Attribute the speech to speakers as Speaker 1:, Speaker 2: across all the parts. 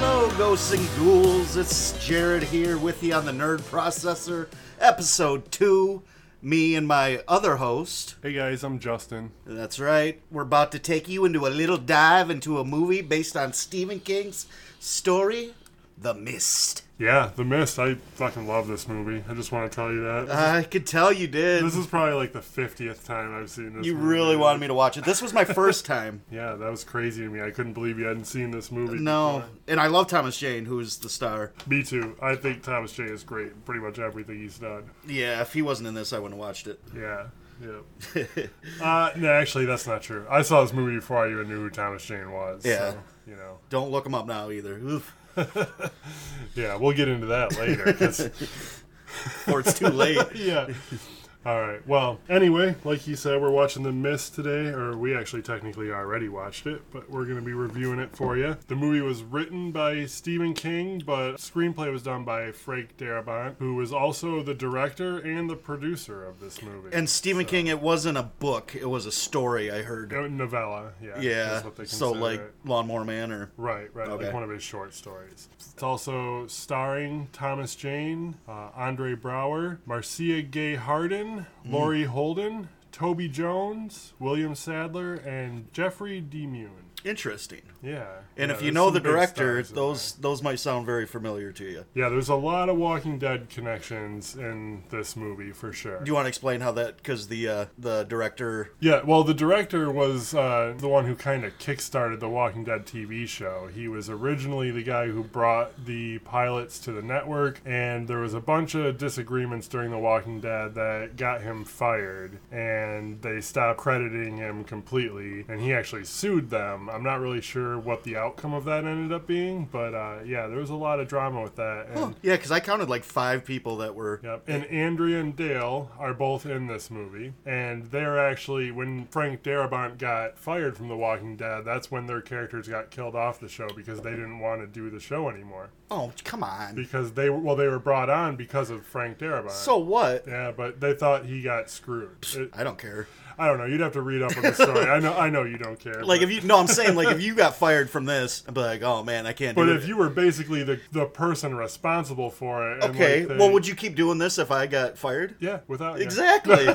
Speaker 1: Ghosts and ghouls, it's Jared here with you on the Nerd Processor, episode two. Me and my other host.
Speaker 2: Hey guys, I'm Justin.
Speaker 1: That's right. We're about to take you into a little dive into a movie based on Stephen King's story, The Mist.
Speaker 2: Yeah, The Mist. I fucking love this movie. I just want to tell you that.
Speaker 1: I could tell you did.
Speaker 2: This is probably like the 50th time I've seen this
Speaker 1: You
Speaker 2: movie.
Speaker 1: really wanted me to watch it. This was my first time.
Speaker 2: Yeah, that was crazy to me. I couldn't believe you hadn't seen this movie.
Speaker 1: No, and I love Thomas Jane, who's the star.
Speaker 2: Me too. I think Thomas J is great. in Pretty much everything he's done.
Speaker 1: Yeah, if he wasn't in this, I wouldn't have watched it.
Speaker 2: Yeah. Yeah. uh, no, actually, that's not true. I saw this movie before I even knew who Thomas Jane was.
Speaker 1: Yeah.
Speaker 2: So, you know.
Speaker 1: Don't look him up now either. Oof.
Speaker 2: Yeah, we'll get into that later. 'cause-
Speaker 1: Or it's too late.
Speaker 2: yeah. All right. Well, anyway, like you said, we're watching The Mist today, or we actually technically already watched it, but we're going to be reviewing it for you. The movie was written by Stephen King, but screenplay was done by Frank Darabont, who was also the director and the producer of this movie.
Speaker 1: And Stephen King, it wasn't a book; it was a story. I heard.
Speaker 2: Uh, novella, yeah.
Speaker 1: yeah.
Speaker 2: that's what they
Speaker 1: So
Speaker 2: consider
Speaker 1: like
Speaker 2: it.
Speaker 1: Lawnmower Man, or
Speaker 2: Right, right,
Speaker 1: Okay.
Speaker 2: like one of his short stories. It's also starring Thomas Jane, uh, Andre Brower, Marcia Gay Harden,
Speaker 1: Mm.
Speaker 2: Laurie Holden, Toby Jones, William Sadler, and Jeffrey DeMune.
Speaker 1: interesting.
Speaker 2: Yeah,
Speaker 1: And
Speaker 2: yeah,
Speaker 1: if you
Speaker 2: there's
Speaker 1: know
Speaker 2: some
Speaker 1: the
Speaker 2: big
Speaker 1: director,
Speaker 2: stars in
Speaker 1: those those might sound very familiar to you.
Speaker 2: there. yeah, there's a lot of Walking Dead connections in this movie for sure.
Speaker 1: Do you want to explain how that? Because the uh, the director.
Speaker 2: Yeah, well, the director was uh, the one who kind of kickstarted the Walking Dead TV show. He was originally the guy who brought the pilots to the network, and there was a bunch of disagreements during the Walking Dead that got him fired, and they stopped crediting him completely, and he actually sued them. I'm not really sure what the outcome of that ended up being, but uh, yeah, there was a lot of drama with that. And
Speaker 1: oh, Yeah, because I counted like five people that were.
Speaker 2: Yep. And Andrea and Dale are both in this movie. And they're actually, when Frank Darabont got fired from The Walking Dead, that's when their characters got killed off the show because they didn't want to do the show anymore.
Speaker 1: Oh come on!
Speaker 2: Because they, well, they were brought on because of Frank Darabont.
Speaker 1: So what?
Speaker 2: yeah, but they thought he got screwed. It-
Speaker 1: I don't care.
Speaker 2: I don't know. You'd have to read up on the story. I know. I know you don't care.
Speaker 1: Like
Speaker 2: but-
Speaker 1: if you no, I'm saying like if you got fired from this, I'd be like, oh man, I can't.
Speaker 2: but
Speaker 1: do
Speaker 2: if
Speaker 1: it.
Speaker 2: you were basically the the person responsible for it. and,
Speaker 1: okay,
Speaker 2: like, they-
Speaker 1: well, would you keep doing this if I got fired?
Speaker 2: Yeah, without you.
Speaker 1: Exactly.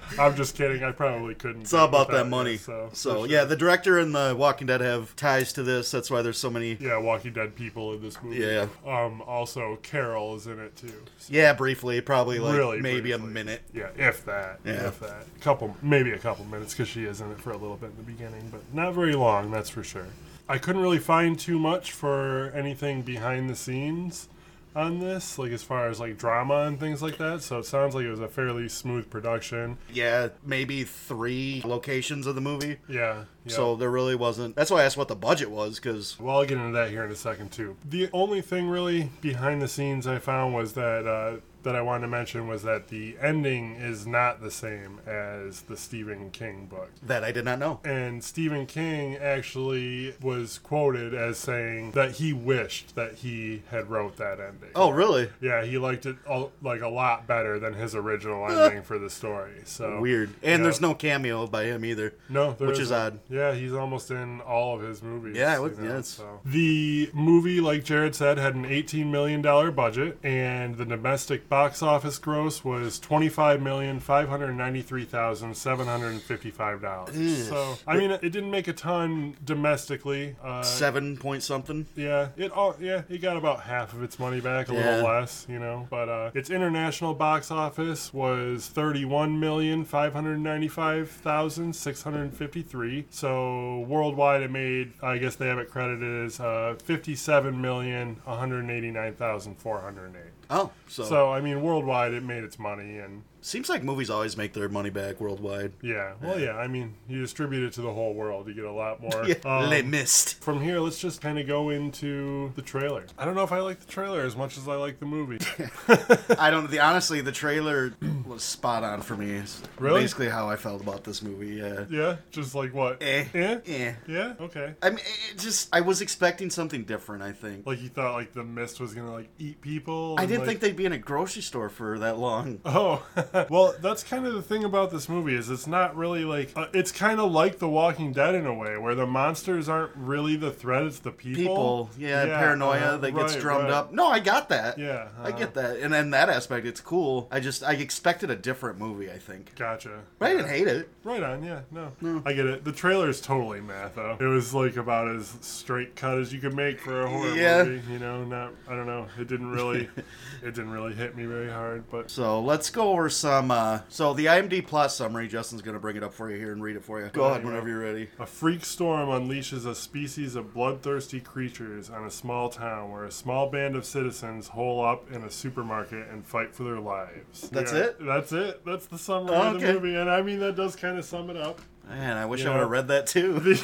Speaker 2: I'm just kidding. I probably couldn't.
Speaker 1: It's all about that money. So,
Speaker 2: for
Speaker 1: yeah, the director and the Walking Dead have ties to this. That's why there's so many. Yeah,
Speaker 2: Yeah, Walking Dead people in this movie.
Speaker 1: Yeah.
Speaker 2: Um. Also, Carol is in it too. So
Speaker 1: briefly, probably like
Speaker 2: Really
Speaker 1: maybe a
Speaker 2: briefly.
Speaker 1: minute.
Speaker 2: yeah, if that.
Speaker 1: Yeah.
Speaker 2: If that. Couple, maybe a couple minutes because she is in it for a little bit in the beginning, but not very long. That's for sure. I couldn't really find too much for anything behind the scenes on this, like as far as like drama and things like that. So it sounds like it was a fairly smooth production.
Speaker 1: Yeah, maybe three locations of the movie.
Speaker 2: Yeah. yeah.
Speaker 1: So there really wasn't. That's why I asked what the budget was because
Speaker 2: Well, I'll get into that here in a second too. The only thing really behind the scenes I found was that uh, that I wanted to mention was that the ending is not the same as the Stephen King book.
Speaker 1: that I did not know.
Speaker 2: And Stephen King actually was quoted as saying that he wished that he had wrote that ending.
Speaker 1: Oh, really?
Speaker 2: Yeah, he liked it a, like a lot better than his original ending for the story. So
Speaker 1: Weird. And
Speaker 2: Yeah.
Speaker 1: there's no cameo by him either.
Speaker 2: No, there
Speaker 1: Which is
Speaker 2: isn't.
Speaker 1: odd.
Speaker 2: Yeah, he's almost in all of his movies.
Speaker 1: Yeah, it
Speaker 2: you
Speaker 1: would- yeah, it's-
Speaker 2: The movie, like Jared said, had an eighteen million dollar budget, and the domestic box office gross was twenty five million five hundred ninety three thousand seven hundred fifty five dollars. So, I mean, it didn't make a ton domestically. Uh,
Speaker 1: Seven point something.
Speaker 2: yeah, it all yeah, it got about half of its money back, a
Speaker 1: Yeah.
Speaker 2: little less, you know. But uh, its international box office was thirty-one million five hundred ninety-five thousand six hundred fifty-three. So worldwide, it made I guess they have it credited as uh, fifty-seven million one hundred eighty-nine thousand four hundred eight.
Speaker 1: Oh, so,
Speaker 2: So I mean, worldwide, it made its money, and
Speaker 1: seems like movies always make their money back worldwide.
Speaker 2: yeah, well, yeah, I mean, you distribute it to the whole world, you get a lot more.
Speaker 1: Yeah,
Speaker 2: um,
Speaker 1: they missed.
Speaker 2: From here, let's just kind of go into the trailer. I don't know if I like the trailer as much as I like the movie.
Speaker 1: I don't. The honestly, the trailer was spot on for me. It's
Speaker 2: Really?
Speaker 1: Basically, how I felt about this movie. Yeah.
Speaker 2: yeah, just like what?
Speaker 1: Eh.
Speaker 2: Eh?
Speaker 1: Eh.
Speaker 2: Yeah. Okay.
Speaker 1: I mean, it just I was expecting something different. I think.
Speaker 2: Like you thought, like the mist was gonna like eat people.
Speaker 1: I
Speaker 2: and,
Speaker 1: didn't
Speaker 2: like-
Speaker 1: think they'd be in a grocery store for that long.
Speaker 2: Oh, well, that's kind of the thing about this movie is it's not really like uh, it's kind of like The Walking Dead in a way where the monsters aren't really the threat; it's the people.
Speaker 1: People, yeah, paranoia
Speaker 2: uh-huh,
Speaker 1: that gets
Speaker 2: right,
Speaker 1: drummed
Speaker 2: right.
Speaker 1: up. No, I got that.
Speaker 2: Yeah, uh-huh.
Speaker 1: I get that. And in that aspect, it's cool. I just I expected a different movie. I think,
Speaker 2: Gotcha.
Speaker 1: but I didn't hate it.
Speaker 2: Right on, yeah, no. I get it. The trailer is totally math, though. It was like about as straight cut as you could make for a horror
Speaker 1: Yeah.
Speaker 2: movie, you know, not I don't know. It didn't really it didn't really hit me very hard, but
Speaker 1: So let's go over some. Uh, so the IMDb plot summary. Justin's gonna bring it up for you here and read it for you. Go ahead whenever you're ready.
Speaker 2: a freak storm unleashes a species of bloodthirsty creatures on a small town where a small band of citizens hole up in a supermarket and fight for their lives.
Speaker 1: That's
Speaker 2: Yeah,
Speaker 1: it? Oh,
Speaker 2: That's it. That's the summary of
Speaker 1: Okay.
Speaker 2: the movie. And I mean, that does kind of sum it up.
Speaker 1: Man, I wish I
Speaker 2: Yeah.
Speaker 1: would have read that too.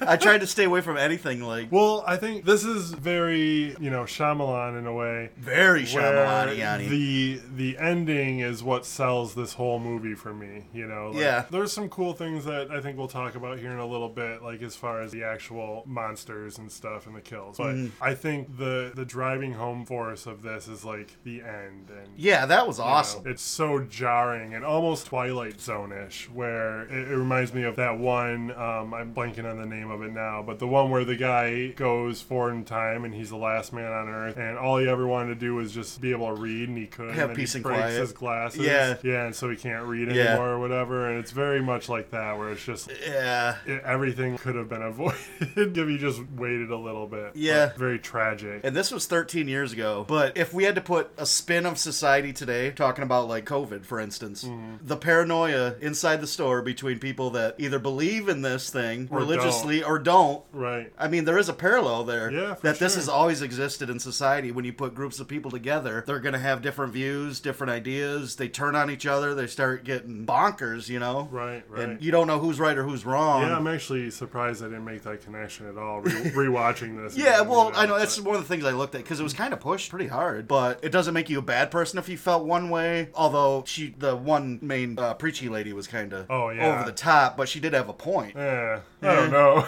Speaker 1: I tried to stay away from anything like
Speaker 2: Well, I think this is very, you know, Shyamalan in a way.
Speaker 1: very
Speaker 2: where
Speaker 1: Shyamalan.
Speaker 2: the the ending is what sells this whole movie for me. You know, Like,
Speaker 1: Yeah.
Speaker 2: There's some cool things that I think we'll talk about here in a little bit, like as far as the actual monsters and stuff and the kills. But I think the the driving home force of this is like the end and.
Speaker 1: Yeah, that was
Speaker 2: you know,
Speaker 1: awesome.
Speaker 2: It's so jarring and almost Twilight Zone ish, where it, it reminds me of that one. Um, I'm blanking on the name of it now, but the one where the guy goes forward in time and he's the last man on earth, and all he ever wanted to do was just be able to read, and he couldn't.
Speaker 1: Have
Speaker 2: and
Speaker 1: peace
Speaker 2: he
Speaker 1: and
Speaker 2: breaks
Speaker 1: quiet.
Speaker 2: his glasses.
Speaker 1: Yeah.
Speaker 2: Yeah, and so he can't read
Speaker 1: Yeah.
Speaker 2: anymore or whatever. And it's very much like that, where it's just.
Speaker 1: yeah.
Speaker 2: It, everything could have been avoided if you just waited a little bit.
Speaker 1: Yeah.
Speaker 2: But very tragic.
Speaker 1: And this was 13 years ago, but if we had to put a spin of society today, talking about like COVID, for instance,
Speaker 2: Mm-hmm.
Speaker 1: the paranoia inside the store between people that either believe in this thing
Speaker 2: Or
Speaker 1: religiously or don't.
Speaker 2: right.
Speaker 1: I mean, there is a parallel there.
Speaker 2: Yeah, for
Speaker 1: that this
Speaker 2: sure.
Speaker 1: has always existed in society. When you put groups of people together, they're going to have different views, different ideas. They turn on each other. They start getting bonkers, you know?
Speaker 2: Right, right.
Speaker 1: And you don't know who's right or who's wrong.
Speaker 2: Yeah, I'm actually surprised I didn't make that connection at all. Re- rewatching this.
Speaker 1: Yeah,
Speaker 2: again,
Speaker 1: well,
Speaker 2: you
Speaker 1: I know that's
Speaker 2: but-
Speaker 1: one of the things I looked at because it was kind of pushed pretty hard, but it doesn't make you a bad person if you felt one way. Although she, the one main uh, preachy lady, was kind of
Speaker 2: Oh, yeah.
Speaker 1: over the top, but she did have a point.
Speaker 2: Yeah, I don't know.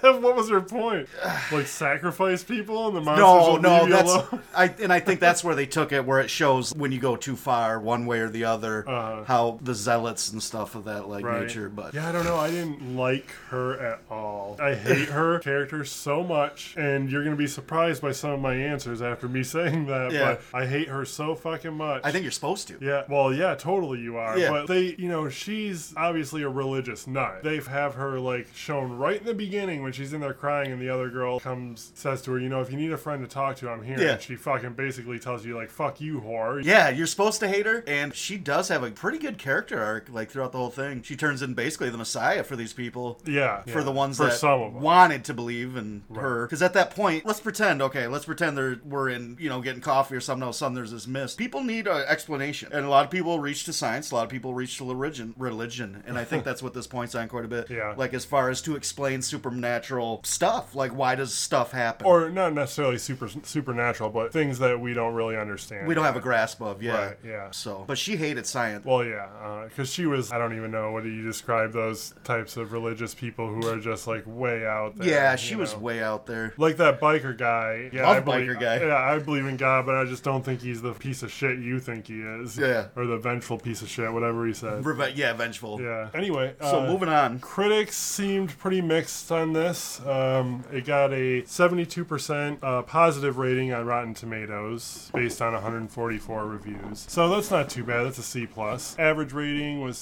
Speaker 2: what was her point? Like sacrifice people and the monsters
Speaker 1: No,
Speaker 2: will
Speaker 1: no,
Speaker 2: leave you
Speaker 1: that's
Speaker 2: alone?
Speaker 1: I, and I think that's where they took it, where it shows when you go too far one way or the other,
Speaker 2: Uh-huh.
Speaker 1: how the zealots and stuff of that like
Speaker 2: Right.
Speaker 1: nature. But
Speaker 2: yeah, I don't know. I didn't like her at all. I hate her character so much, and you're gonna be surprised by some of my answers after me saying that.
Speaker 1: Yeah.
Speaker 2: But I hate her so fucking much.
Speaker 1: I think you're supposed to.
Speaker 2: Yeah, well, yeah, totally you are.
Speaker 1: Yeah.
Speaker 2: But they, you know, she's obviously a religious nut. They have her, like, shown right in the beginning when she's in there crying and the other girl comes, says to her, you know, if you need a friend to talk to, I'm here.
Speaker 1: Yeah.
Speaker 2: And she fucking basically tells you, like, fuck you, whore.
Speaker 1: Yeah, you're supposed to hate her, and she does have a pretty good character arc, like throughout the whole thing. She turns in basically the messiah for these people.
Speaker 2: Yeah.
Speaker 1: for
Speaker 2: yeah.
Speaker 1: the ones
Speaker 2: for
Speaker 1: that
Speaker 2: some of 'em.
Speaker 1: wanted to believe in her. Because at that point, let's pretend, okay, let's pretend there we're in, you know, getting coffee or something else, something there's this mist. People need an explanation. And a lot of people reach to science, a lot of people reach to religion, religion. And I think that's what this points on quite a bit.
Speaker 2: Yeah.
Speaker 1: Like as far as to explain supernatural stuff, like why does stuff happen?
Speaker 2: Or not necessarily super supernatural, but things that we don't really understand.
Speaker 1: we don't have a grasp of, yeah.
Speaker 2: Right, yeah.
Speaker 1: So, but she hated science.
Speaker 2: Well, yeah, because she was, I don't even know, what do you describe those types of religious people who are just like way out there?
Speaker 1: yeah,
Speaker 2: you
Speaker 1: she was
Speaker 2: know?
Speaker 1: way out there.
Speaker 2: like that biker guy. Yeah,
Speaker 1: Love
Speaker 2: I believe,
Speaker 1: biker guy.
Speaker 2: Yeah, I believe in God, but I just don't think he's the piece of shit you think he is.
Speaker 1: Yeah.
Speaker 2: or the vengeful piece of shit, whatever he said.
Speaker 1: Reve- yeah, vengeful.
Speaker 2: Yeah. Anyway,
Speaker 1: So
Speaker 2: uh,
Speaker 1: moving on.
Speaker 2: Critics seemed pretty mixed on this. Um, it got a 72% uh, positive rating on Rotten Tomatoes based on 144 reviews. So that's not too bad. That's a C plus. Average rating was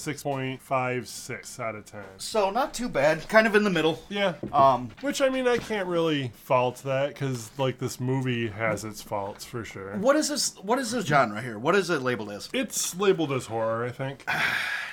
Speaker 2: 6.56 out of 10.
Speaker 1: So not too bad, kind of in the middle.
Speaker 2: Yeah,
Speaker 1: Um,
Speaker 2: Which I mean, I can't really fault that because like this movie has its faults for sure.
Speaker 1: What is this? What is this genre here? What is it labeled as?
Speaker 2: It's labeled as horror, I think.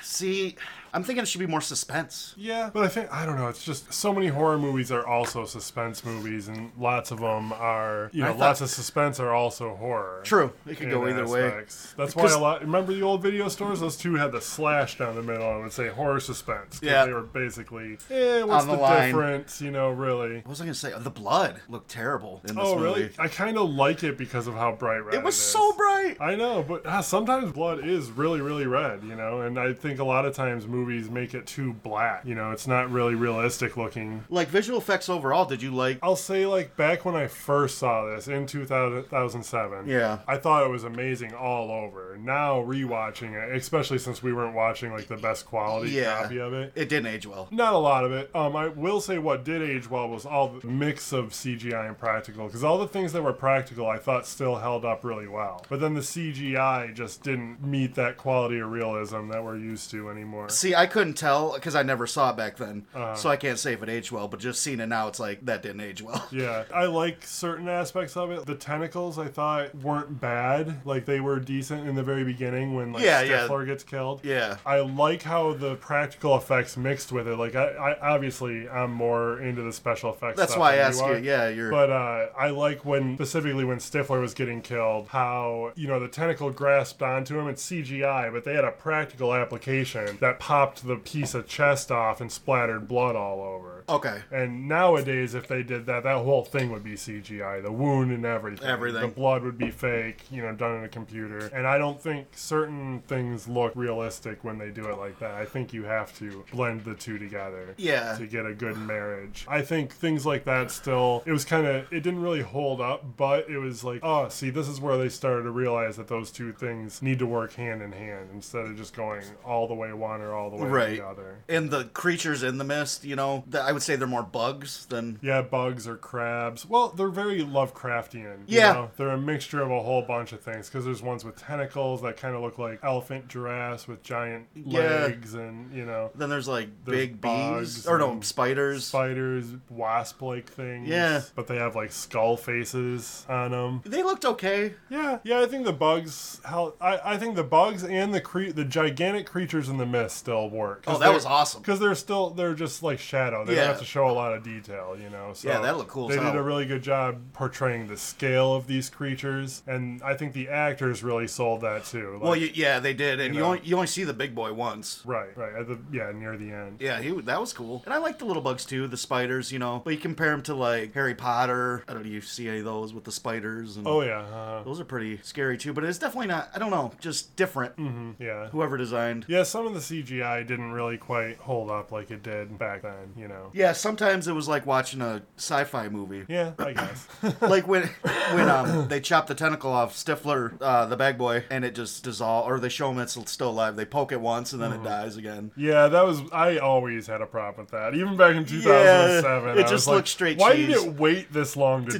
Speaker 1: See, I'm thinking it should be more suspense.
Speaker 2: Yeah, but I think I don't know. It's just so many horror movies are also suspense movies, and lots of them are you know
Speaker 1: I thought-
Speaker 2: lots of suspense are also horror.
Speaker 1: True, it could
Speaker 2: in
Speaker 1: go either way.
Speaker 2: aspects. That's why
Speaker 1: Because-
Speaker 2: a lot. Remember the old video stores? Those two had the slash down the middle and would say horror suspense. 'cause
Speaker 1: Yeah.
Speaker 2: they were basically, eh, what's
Speaker 1: On the
Speaker 2: the,
Speaker 1: line.
Speaker 2: difference? You know, really.
Speaker 1: What was I gonna say? The blood looked terrible in this
Speaker 2: Oh,
Speaker 1: movie.
Speaker 2: really? I kind of like it because of how bright red
Speaker 1: It was
Speaker 2: is.
Speaker 1: so bright.
Speaker 2: I know, but ah, sometimes blood is really, really red, you know, and I think a lot of times movies make it too black. You know, it's not really realistic looking.
Speaker 1: Like visual effects overall, did you like?
Speaker 2: I'll say like back when I first saw this in 2000, 2007.
Speaker 1: Yeah.
Speaker 2: I thought it was amazing all over. Now rewatching it, especially since we weren't watching like the best quality
Speaker 1: Yeah.
Speaker 2: copy of it.
Speaker 1: It didn't age well.
Speaker 2: Not a lot of it. Um, I will say what did age well was all the mix of CGI and practical, because all the things that were practical I thought still held up really well. But then the CGI just didn't meet that quality of realism that we're used to anymore.
Speaker 1: See, I couldn't tell because I never saw it back then,
Speaker 2: Uh-huh.
Speaker 1: so I can't say if it aged well. But just seeing it now, it's like that didn't age well.
Speaker 2: Yeah, I like certain aspects of it. The tentacles I thought weren't bad. Like they were decent in the very beginning when like
Speaker 1: Yeah, yeah.
Speaker 2: Stifler gets killed.
Speaker 1: Yeah.
Speaker 2: I like how the practical effects mixed with it. Like I, I obviously I'm more into the special effects.
Speaker 1: That's
Speaker 2: stuff
Speaker 1: why I
Speaker 2: than
Speaker 1: asked you.
Speaker 2: are.
Speaker 1: Yeah, you're.
Speaker 2: But uh, I like when specifically when Stifler was getting killed, how you know the tentacle grasped onto him. It's CGI, but they had a practical application that popped the piece of chest off and splattered blood all over.
Speaker 1: okay.
Speaker 2: And nowadays, if they did that, that whole thing would be CGI. The wound and everything.
Speaker 1: Everything.
Speaker 2: The blood would be fake, you know, done in a computer. And I don't think certain things look realistic when they do it like that. I think you have to blend the two together.
Speaker 1: Yeah.
Speaker 2: To get a good marriage. I think things like that still, it was kind of, it didn't really hold up, but it was like, oh, see, this is where they started to realize that those two things need to work hand in hand instead of just going all the way one or all the way
Speaker 1: Right.
Speaker 2: the other.
Speaker 1: And the creatures in the mist, you know, th- I would say they're more bugs than.
Speaker 2: Yeah, bugs or crabs. Well, they're very Lovecraftian.
Speaker 1: Yeah.
Speaker 2: You know? They're a mixture of a whole bunch of things because there's ones with tentacles that kind of look like elephant giraffes with giant
Speaker 1: Yeah.
Speaker 2: legs and, you know,
Speaker 1: Then there's like
Speaker 2: There's
Speaker 1: big bees
Speaker 2: bugs
Speaker 1: or no
Speaker 2: and
Speaker 1: spiders.
Speaker 2: spiders, wasp like things.
Speaker 1: Yeah.
Speaker 2: But they have like skull faces on them.
Speaker 1: they looked okay.
Speaker 2: Yeah. Yeah, I think the bugs, how, I, I think the bugs and the cre- the gigantic creatures in the mist still work.
Speaker 1: Oh, that was awesome.
Speaker 2: because they're still they're just like shadow. They
Speaker 1: Yeah.
Speaker 2: don't have to show a lot of detail, you know. So
Speaker 1: Yeah, that looked cool as
Speaker 2: They did
Speaker 1: hell.
Speaker 2: a really good job portraying the scale of these creatures, and I think the actors really sold that too. Like,
Speaker 1: Well, you, yeah, they did, and you,
Speaker 2: You know.
Speaker 1: only, you only see the big boy once.
Speaker 2: right, right, at the, yeah, near the end.
Speaker 1: Yeah, he that was cool, and I like the little bugs too, the spiders, you know. But you compare them to like Harry Potter. I don't know, you see any of those with the spiders, and
Speaker 2: Oh yeah, uh,
Speaker 1: those are pretty scary too. But it's definitely not. I don't know, just different.
Speaker 2: Mm, yeah.
Speaker 1: Whoever designed.
Speaker 2: Mm-hmm. Yeah, some of the CGI didn't really quite hold up like it did back then, you know.
Speaker 1: Yeah, sometimes it was like watching a sci-fi movie.
Speaker 2: Yeah, I guess.
Speaker 1: like when when um they chop the tentacle off Stifler, uh, the bag boy, and it just dissolve, or they show him it's still alive. They poke it once and then it dies again.
Speaker 2: yeah, that was. I always had a problem with that, even back in 2007.
Speaker 1: it
Speaker 2: I
Speaker 1: just
Speaker 2: was like,
Speaker 1: looked straight
Speaker 2: Why
Speaker 1: cheese."
Speaker 2: did it wait this long to,
Speaker 1: To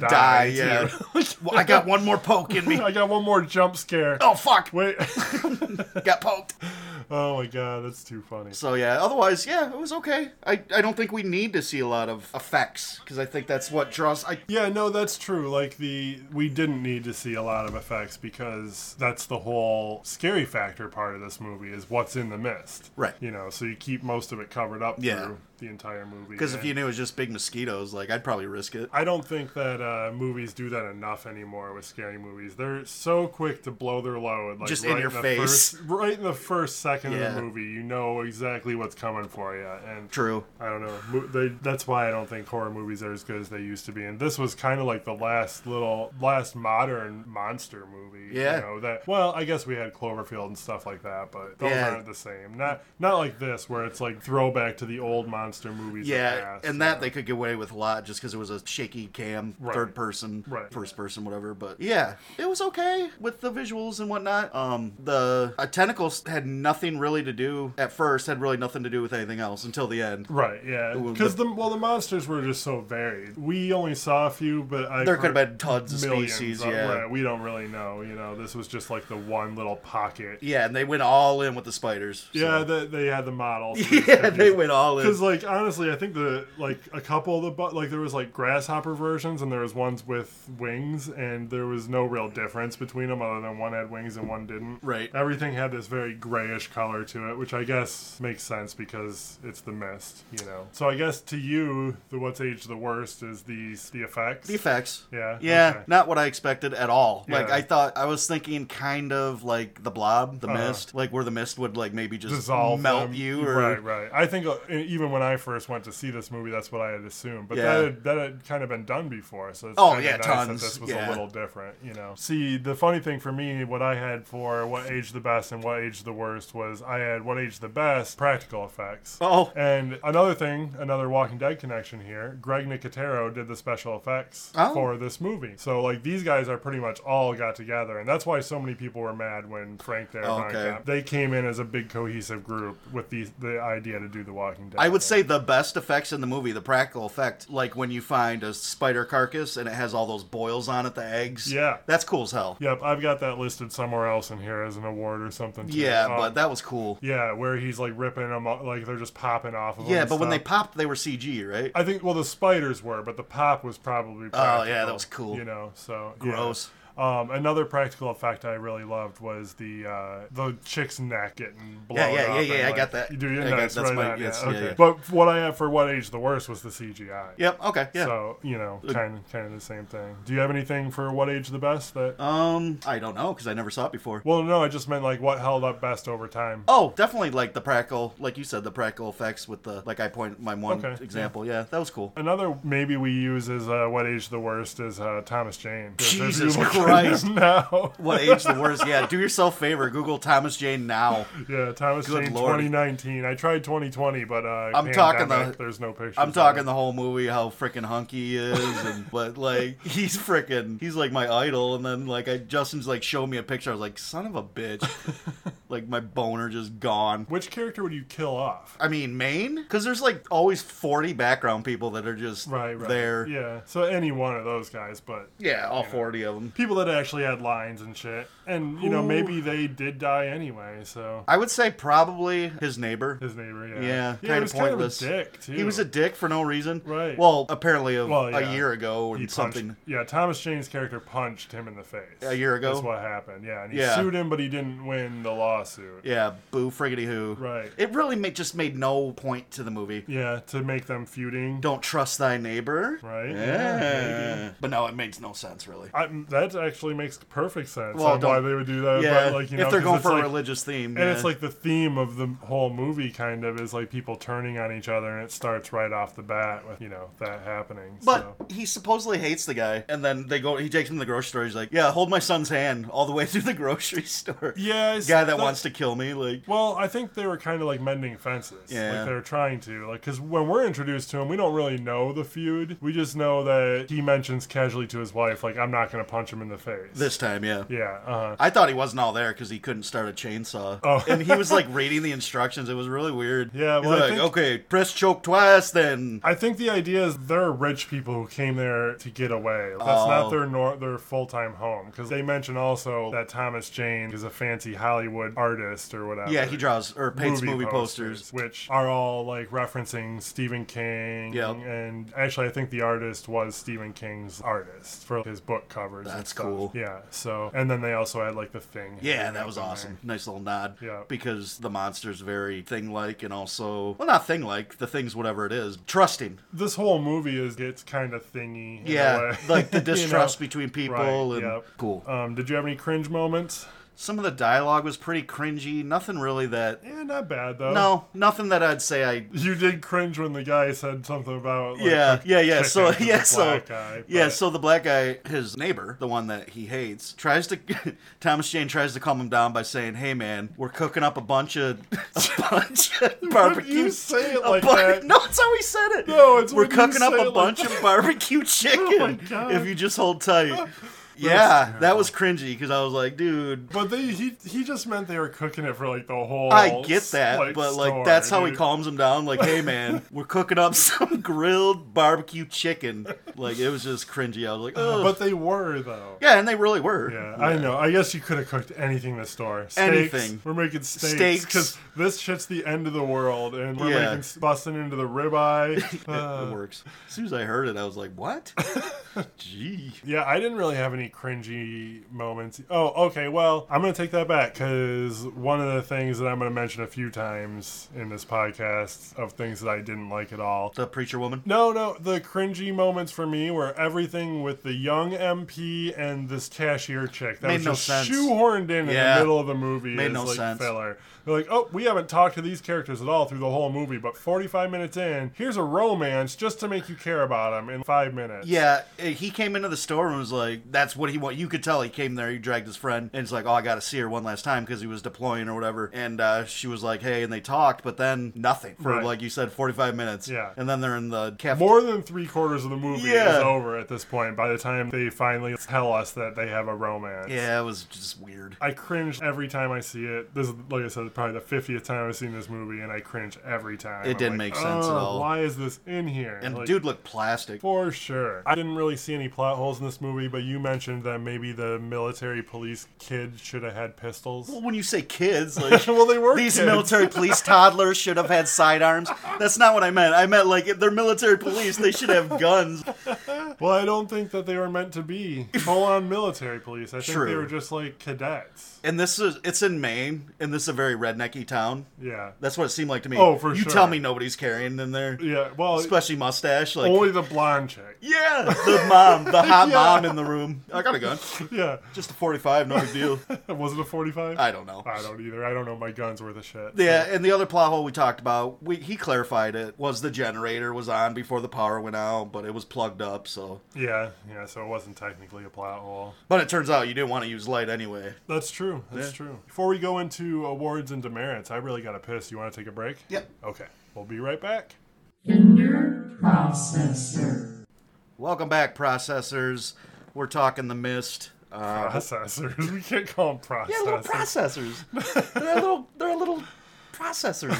Speaker 1: die,
Speaker 2: die? too?"
Speaker 1: yeah. well, I got one more poke in me.
Speaker 2: I got one more jump scare.
Speaker 1: Oh fuck!
Speaker 2: Wait.
Speaker 1: Got poked.
Speaker 2: oh my god, that's too funny.
Speaker 1: So yeah, otherwise yeah, it was okay. I, I don't think we need to see a lot of effects because I think that's what draws. I
Speaker 2: Yeah, no, that's true. Like the we didn't need to see a lot of effects because that's the whole scary factor part of this movie is what's in the mist.
Speaker 1: Right.
Speaker 2: You know, so you keep most of it covered up
Speaker 1: Yeah.
Speaker 2: through the entire movie.
Speaker 1: because if
Speaker 2: And
Speaker 1: you knew it was just big mosquitoes, like I'd probably risk it.
Speaker 2: I don't think that uh, movies do that enough anymore with scary movies. They're so quick to blow their load, like
Speaker 1: Just in
Speaker 2: right
Speaker 1: your
Speaker 2: the
Speaker 1: face.
Speaker 2: first, right in the first second of
Speaker 1: Yeah.
Speaker 2: the movie, you know exactly what's coming for you, and
Speaker 1: True.
Speaker 2: I don't know. Mo- They, that's why I don't think horror movies are as good as they used to be. And this was kind of like the last little, last modern monster movie.
Speaker 1: Yeah.
Speaker 2: You know, that, well, I guess we had Cloverfield and stuff like that, but those
Speaker 1: Yeah.
Speaker 2: aren't the same. Not not like this, where it's like throwback to the old monster movies. of the
Speaker 1: Yeah,
Speaker 2: past,
Speaker 1: and
Speaker 2: you
Speaker 1: that
Speaker 2: know?
Speaker 1: they could get away with a lot just because it was a shaky cam,
Speaker 2: Right.
Speaker 1: third person,
Speaker 2: Right.
Speaker 1: first person, whatever. But yeah, it was okay with the visuals and whatnot. Um, the uh, tentacles had nothing really to do at first. Had really nothing to do with anything else until the end.
Speaker 2: Right, yeah,
Speaker 1: Ooh,
Speaker 2: because the well, the monsters were just so varied. We only saw a few, but I
Speaker 1: There could have been tons of species. Yeah.
Speaker 2: right, we don't really know. You know, this was just like the one little pocket.
Speaker 1: Yeah, and they went all in with the spiders. so-
Speaker 2: Yeah, they, they had the models. for these
Speaker 1: yeah, they
Speaker 2: pictures.
Speaker 1: went all in.
Speaker 2: Because like honestly, I think the like a couple of the bu- like there was like grasshopper versions and there was ones with wings and there was no real difference between them other than one had wings and one didn't.
Speaker 1: Right.
Speaker 2: Everything had this very grayish color to it, which I guess makes sense because it's the mist, you know. So I guess to you, the what's aged the worst is these the effects.
Speaker 1: The effects.
Speaker 2: Yeah,
Speaker 1: Yeah,
Speaker 2: okay.
Speaker 1: not what I expected at all. Like
Speaker 2: Yeah.
Speaker 1: I thought I was thinking kind of like the blob, the
Speaker 2: Uh-huh.
Speaker 1: mist, like where the mist would like maybe just
Speaker 2: dissolve
Speaker 1: melt
Speaker 2: them.
Speaker 1: you or
Speaker 2: right right i think uh, even when i I first went to see this movie, that's what I had assumed. But
Speaker 1: Yeah.
Speaker 2: that had, that had kind of been done before, so it's
Speaker 1: Oh,
Speaker 2: kinda
Speaker 1: yeah,
Speaker 2: nice
Speaker 1: tons,
Speaker 2: That this was
Speaker 1: yeah.
Speaker 2: a little different, you know. See, the funny thing for me, what I had for what age the best and what age the worst was I had what age the best practical effects.
Speaker 1: Oh.
Speaker 2: and another thing, another Walking Dead connection here. Greg Nicotero did the special effects
Speaker 1: Oh.
Speaker 2: for this movie, so like these guys are pretty much all got together, and that's why so many people were mad when Frank there.
Speaker 1: Oh,
Speaker 2: Ron
Speaker 1: okay.
Speaker 2: Cap- they came in as a big cohesive group with the the idea to do the Walking Dead.
Speaker 1: I would say the best effects in the movie, the practical effect, like when you find a spider carcass and it has all those boils on it, the eggs.
Speaker 2: Yeah.
Speaker 1: That's cool as hell.
Speaker 2: Yep, I've got that listed somewhere else in here as an award or something. too.
Speaker 1: Yeah,
Speaker 2: Um,
Speaker 1: but that was cool.
Speaker 2: yeah, where he's like ripping them, off, like they're just popping off of him
Speaker 1: Yeah,
Speaker 2: and
Speaker 1: but when they
Speaker 2: stuff.
Speaker 1: popped, they were CG, right?
Speaker 2: I think well the spiders were, but the pop was probably.
Speaker 1: Oh, yeah,
Speaker 2: practical,
Speaker 1: that was cool.
Speaker 2: You know, so yeah.
Speaker 1: Gross.
Speaker 2: Um, another practical effect I really loved was the uh, the chick's neck getting blown
Speaker 1: yeah, yeah,
Speaker 2: up and,
Speaker 1: yeah, I
Speaker 2: like-
Speaker 1: got that.
Speaker 2: You do, you
Speaker 1: I
Speaker 2: know,
Speaker 1: got-
Speaker 2: that's
Speaker 1: that's
Speaker 2: right
Speaker 1: my-
Speaker 2: on,
Speaker 1: yes,
Speaker 2: yeah,
Speaker 1: yeah,
Speaker 2: okay.
Speaker 1: yeah.
Speaker 2: But what I have for what age the worst was the CGI.
Speaker 1: Yep. Okay. Yeah.
Speaker 2: So you know, kind of kind of the same thing. Do you have anything for what age the best? That
Speaker 1: um, I don't know because I never saw it before.
Speaker 2: well, no, I just meant like what held up best over time.
Speaker 1: Oh, definitely like the practical, like you said, the practical effects with the like I point my one
Speaker 2: Okay,
Speaker 1: example. Yeah. that was cool.
Speaker 2: Another maybe we use is uh, what age the worst is uh, Thomas Jane. If you
Speaker 1: Jesus
Speaker 2: look at
Speaker 1: Christ.
Speaker 2: him Now,
Speaker 1: What age the worst? Yeah, do yourself a favor. Google Thomas Jane now.
Speaker 2: yeah, Thomas
Speaker 1: Good
Speaker 2: Jane
Speaker 1: Lord.
Speaker 2: 2019. I tried 2020, but uh,
Speaker 1: I'm talking
Speaker 2: pandemic,
Speaker 1: the-
Speaker 2: there's no pictures.
Speaker 1: I'm
Speaker 2: of
Speaker 1: talking
Speaker 2: it.
Speaker 1: the whole movie how freaking hunky he is, and but like he's freaking he's like my idol, and then like I Justin's like showed me a picture. I was like, son of a bitch, like my boner just gone.
Speaker 2: Which character would you kill off?
Speaker 1: I mean, Maine? Because there's like always 40 background people that are just
Speaker 2: Right, right.
Speaker 1: there. Yeah,
Speaker 2: Yeah. So any one of those guys, but
Speaker 1: all 40 of them.
Speaker 2: people that actually had lines and shit, and you know
Speaker 1: Who-
Speaker 2: maybe they did die anyway. So
Speaker 1: I would say probably his neighbor.
Speaker 2: his neighbor, yeah,
Speaker 1: Yeah,
Speaker 2: yeah,
Speaker 1: kinda
Speaker 2: he was
Speaker 1: pointless.
Speaker 2: kind of a dick too.
Speaker 1: He was a dick for no reason.
Speaker 2: Right.
Speaker 1: Well, apparently a,
Speaker 2: Well,
Speaker 1: a
Speaker 2: yeah.
Speaker 1: year ago
Speaker 2: He
Speaker 1: or
Speaker 2: punched-
Speaker 1: something.
Speaker 2: Yeah, Thomas Jane's character punched him in the face
Speaker 1: A year ago?
Speaker 2: That's what happened. Yeah, and he
Speaker 1: Yeah.
Speaker 2: sued him, but he didn't win the lawsuit.
Speaker 1: Yeah, boo friggity who.
Speaker 2: Right.
Speaker 1: It really made, just made no point to the movie.
Speaker 2: Yeah, to make them feuding.
Speaker 1: Don't trust thy neighbor.
Speaker 2: Right,
Speaker 1: Yeah.
Speaker 2: yeah,
Speaker 1: but no, it makes no sense really.
Speaker 2: I, that actually makes perfect sense.
Speaker 1: Well,
Speaker 2: on why
Speaker 1: don't-
Speaker 2: they would do that.
Speaker 1: yeah.
Speaker 2: but like, you know,
Speaker 1: if they're
Speaker 2: 'cause
Speaker 1: going
Speaker 2: it's
Speaker 1: for
Speaker 2: like-
Speaker 1: a religious theme.
Speaker 2: And
Speaker 1: yeah.
Speaker 2: it's like the theme of the whole movie, kind of, is like people turning on each other, and it starts right off the bat with you know that happening.
Speaker 1: But
Speaker 2: so.
Speaker 1: he supposedly hates the guy, and then they go. He takes him to the grocery store. He's like, "Yeah, hold my son's hand all the way through the grocery store."
Speaker 2: yeah, it's-
Speaker 1: guy that wants to kill me, like,
Speaker 2: Well, I think they were kind of like mending fences.
Speaker 1: Yeah.
Speaker 2: Like they were trying to. Like, because when we're introduced to him, we don't really know the feud. We just know that he mentions casually to his wife, like, I'm not going to punch him in the face.
Speaker 1: this time, yeah.
Speaker 2: Yeah. Uh-huh.
Speaker 1: I thought he wasn't all there because he couldn't start a chainsaw,
Speaker 2: Oh.
Speaker 1: and he was like reading the instructions. It was really weird.
Speaker 2: Yeah,
Speaker 1: He's
Speaker 2: well, I
Speaker 1: like,
Speaker 2: think-
Speaker 1: okay, press choke twice, then.
Speaker 2: I think the idea is there are rich people who came there to get away. That's
Speaker 1: Oh.
Speaker 2: not their nor- their full time home because they mention also that Thomas Jane is a fancy Hollywood artist or whatever.
Speaker 1: Yeah, he draws or paints movie, posters.
Speaker 2: which are all like referencing Stephen King.
Speaker 1: Yep.
Speaker 2: and actually, I think the artist was Stephen King's artist for his book covers. and
Speaker 1: That's
Speaker 2: stuff.
Speaker 1: cool.
Speaker 2: Yeah. So, and then they also had like the thing.
Speaker 1: Yeah,
Speaker 2: hanging
Speaker 1: that
Speaker 2: up
Speaker 1: was
Speaker 2: in there.
Speaker 1: awesome. Nice little nod.
Speaker 2: Yeah.
Speaker 1: Because the monster's very thing like and also, well, not thing like, the thing's whatever it is. Trusting.
Speaker 2: This whole movie is gets kind of thingy. in a
Speaker 1: Yeah.
Speaker 2: way.
Speaker 1: Like the
Speaker 2: You know?
Speaker 1: distrust between people
Speaker 2: Right,
Speaker 1: and
Speaker 2: yep.
Speaker 1: cool.
Speaker 2: Um, did you have any cringe moments?
Speaker 1: Some of the dialogue was pretty cringy. Nothing really that.
Speaker 2: Yeah, Eh, not bad though.
Speaker 1: No, nothing that I'd say I.
Speaker 2: You did cringe when the guy said something about like,
Speaker 1: Yeah, yeah, yeah.
Speaker 2: chicken
Speaker 1: So
Speaker 2: to the
Speaker 1: yeah, so
Speaker 2: black guy,
Speaker 1: yeah,
Speaker 2: but-
Speaker 1: so the black guy, his neighbor, the one that he hates, tries to Thomas Jane tries to calm him down by saying, "Hey, man, we're cooking up a bunch of a bunch of barbecue."
Speaker 2: you say it
Speaker 1: a
Speaker 2: like
Speaker 1: bu-
Speaker 2: that?
Speaker 1: No, that's how he said it.
Speaker 2: No, it's
Speaker 1: we're
Speaker 2: when you
Speaker 1: cooking up
Speaker 2: say it
Speaker 1: a
Speaker 2: like
Speaker 1: bunch
Speaker 2: that. Oh
Speaker 1: of barbecue chicken.
Speaker 2: God.
Speaker 1: If you just hold tight. Yeah, that was cringy because I was like, dude,
Speaker 2: But they he he just meant they were cooking it for like the whole.
Speaker 1: I get that,
Speaker 2: like,
Speaker 1: but like
Speaker 2: store,
Speaker 1: that's how he
Speaker 2: dude.
Speaker 1: calms him down. Like, hey man, we're cooking up some grilled barbecue chicken. Like it was just cringy. I was like, oh,
Speaker 2: But they were though.
Speaker 1: yeah, and they really were.
Speaker 2: Yeah, I know. I guess you could have cooked anything in the store. Steaks.
Speaker 1: Anything.
Speaker 2: We're making steaks.
Speaker 1: Steaks.
Speaker 2: Because this shit's the end of the world, and we're
Speaker 1: Yeah.
Speaker 2: making busting into the ribeye. Uh,
Speaker 1: It works. As soon as I heard it, I was like, "What?" Gee.
Speaker 2: Yeah, I didn't really have any cringy moments. Oh, okay. Well, I'm going to take that back because one of the things that I'm going to mention a few times in this podcast of things that I didn't like at all.
Speaker 1: The preacher woman.
Speaker 2: No, no, the cringy moments for me were everything with the young MP and this cashier chick that
Speaker 1: Made
Speaker 2: was
Speaker 1: no
Speaker 2: just
Speaker 1: sense.
Speaker 2: shoehorned in in
Speaker 1: Yeah.
Speaker 2: the middle of the movie
Speaker 1: Made
Speaker 2: as
Speaker 1: no
Speaker 2: like
Speaker 1: sense.
Speaker 2: filler. They're like, oh, we haven't talked to these characters at all through the whole movie, but 45 minutes in, here's a romance just to make you care about them in five minutes.
Speaker 1: Yeah, uh, he came into the store and was like, "That's what he want." You could tell he came there. He dragged his friend, and it's like, "Oh, I got to see her one last time" because he was deploying or whatever. And uh, she was like, "Hey," and they talked, but then nothing for
Speaker 2: Right.
Speaker 1: like you said, forty-five minutes.
Speaker 2: Yeah.
Speaker 1: and then they're in the cafe.
Speaker 2: More than three quarters of the movie
Speaker 1: Yeah.
Speaker 2: is over at this point by the time they finally tell us that they have a romance.
Speaker 1: yeah, it was just weird.
Speaker 2: I cringe every time I see it. This is, like I said, probably the 50th time I've seen this movie, and I cringe every time.
Speaker 1: It
Speaker 2: I'm
Speaker 1: didn't
Speaker 2: like,
Speaker 1: make sense at
Speaker 2: "Ugh,
Speaker 1: all."
Speaker 2: Why is this in here?
Speaker 1: And
Speaker 2: Like,
Speaker 1: dude looked plastic.
Speaker 2: For sure. I didn't really see any plot holes in this movie, but you mentioned that maybe the military police kid should have had pistols.
Speaker 1: Well, when you say kids, like
Speaker 2: well, they were
Speaker 1: these
Speaker 2: kids.
Speaker 1: military police toddlers should have had sidearms. That's not what I meant. I meant like if they're military police, they should have guns.
Speaker 2: Well, I don't think that they were meant to be full on military police. I think they
Speaker 1: True.
Speaker 2: were just like cadets.
Speaker 1: And this is it's in Maine, and this is a very rednecky town.
Speaker 2: Yeah.
Speaker 1: That's what it seemed like to me.
Speaker 2: Oh, for
Speaker 1: you
Speaker 2: sure.
Speaker 1: tell me nobody's carrying in there,
Speaker 2: Yeah. Well,
Speaker 1: especially mustache. Like,
Speaker 2: only the blonde chick.
Speaker 1: yeah, the mom, the hot
Speaker 2: Yeah.
Speaker 1: mom in the room. I got a gun,
Speaker 2: Yeah.
Speaker 1: just a forty-five, no big deal.
Speaker 2: Was it a 45?
Speaker 1: I don't know.
Speaker 2: I don't either. I don't know my gun's worth of shit.
Speaker 1: Yeah, and the other plot hole we talked about, we, he clarified it was the generator was on before the power went out, but it was plugged up. So,
Speaker 2: Yeah, yeah, so it wasn't technically a plot hole.
Speaker 1: but it turns out you didn't want to use light anyway.
Speaker 2: That's true. That's
Speaker 1: Yeah.
Speaker 2: true. Before we go into awards and demerits, I really got to piss. You want to take a break?
Speaker 1: Yep.
Speaker 2: Okay. We'll be right back.
Speaker 3: Inner processor.
Speaker 1: Welcome back, processors. We're talking the mist. Uh,
Speaker 2: Uh-huh. Processors. We can't call them processors.
Speaker 1: yeah, little processors. they're little. They're little processors.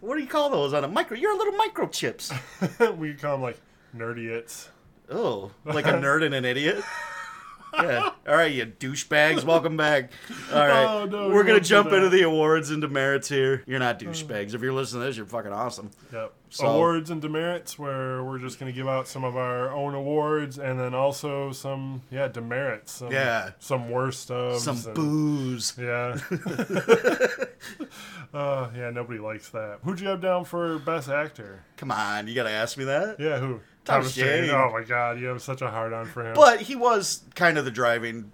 Speaker 1: what do you call those on a micro? You're little microchips.
Speaker 2: we call them like nerdiots.
Speaker 1: Oh, like a nerd and an idiot. Yeah. All right, you douchebags. Welcome back. All right.
Speaker 2: Oh, no, we
Speaker 1: We're going
Speaker 2: won't
Speaker 1: to
Speaker 2: do
Speaker 1: jump
Speaker 2: that. Oh.
Speaker 1: into the awards and demerits here. You're not douchebags. If you're listening to this, you're fucking awesome.
Speaker 2: Yep.
Speaker 1: So-
Speaker 2: awards and demerits, where we're just going to give out some of our own awards and then also some, yeah, demerits. Some,
Speaker 1: Yeah.
Speaker 2: Some worst of.
Speaker 1: Some booze.
Speaker 2: Yeah. uh, yeah, nobody likes that. Who'd you have down for best actor?
Speaker 1: Come on. You got to ask me that?
Speaker 2: Yeah, who?
Speaker 1: Thomas Jane.
Speaker 2: Oh my god, you have such a hard on for him.
Speaker 1: But he was kind of the driving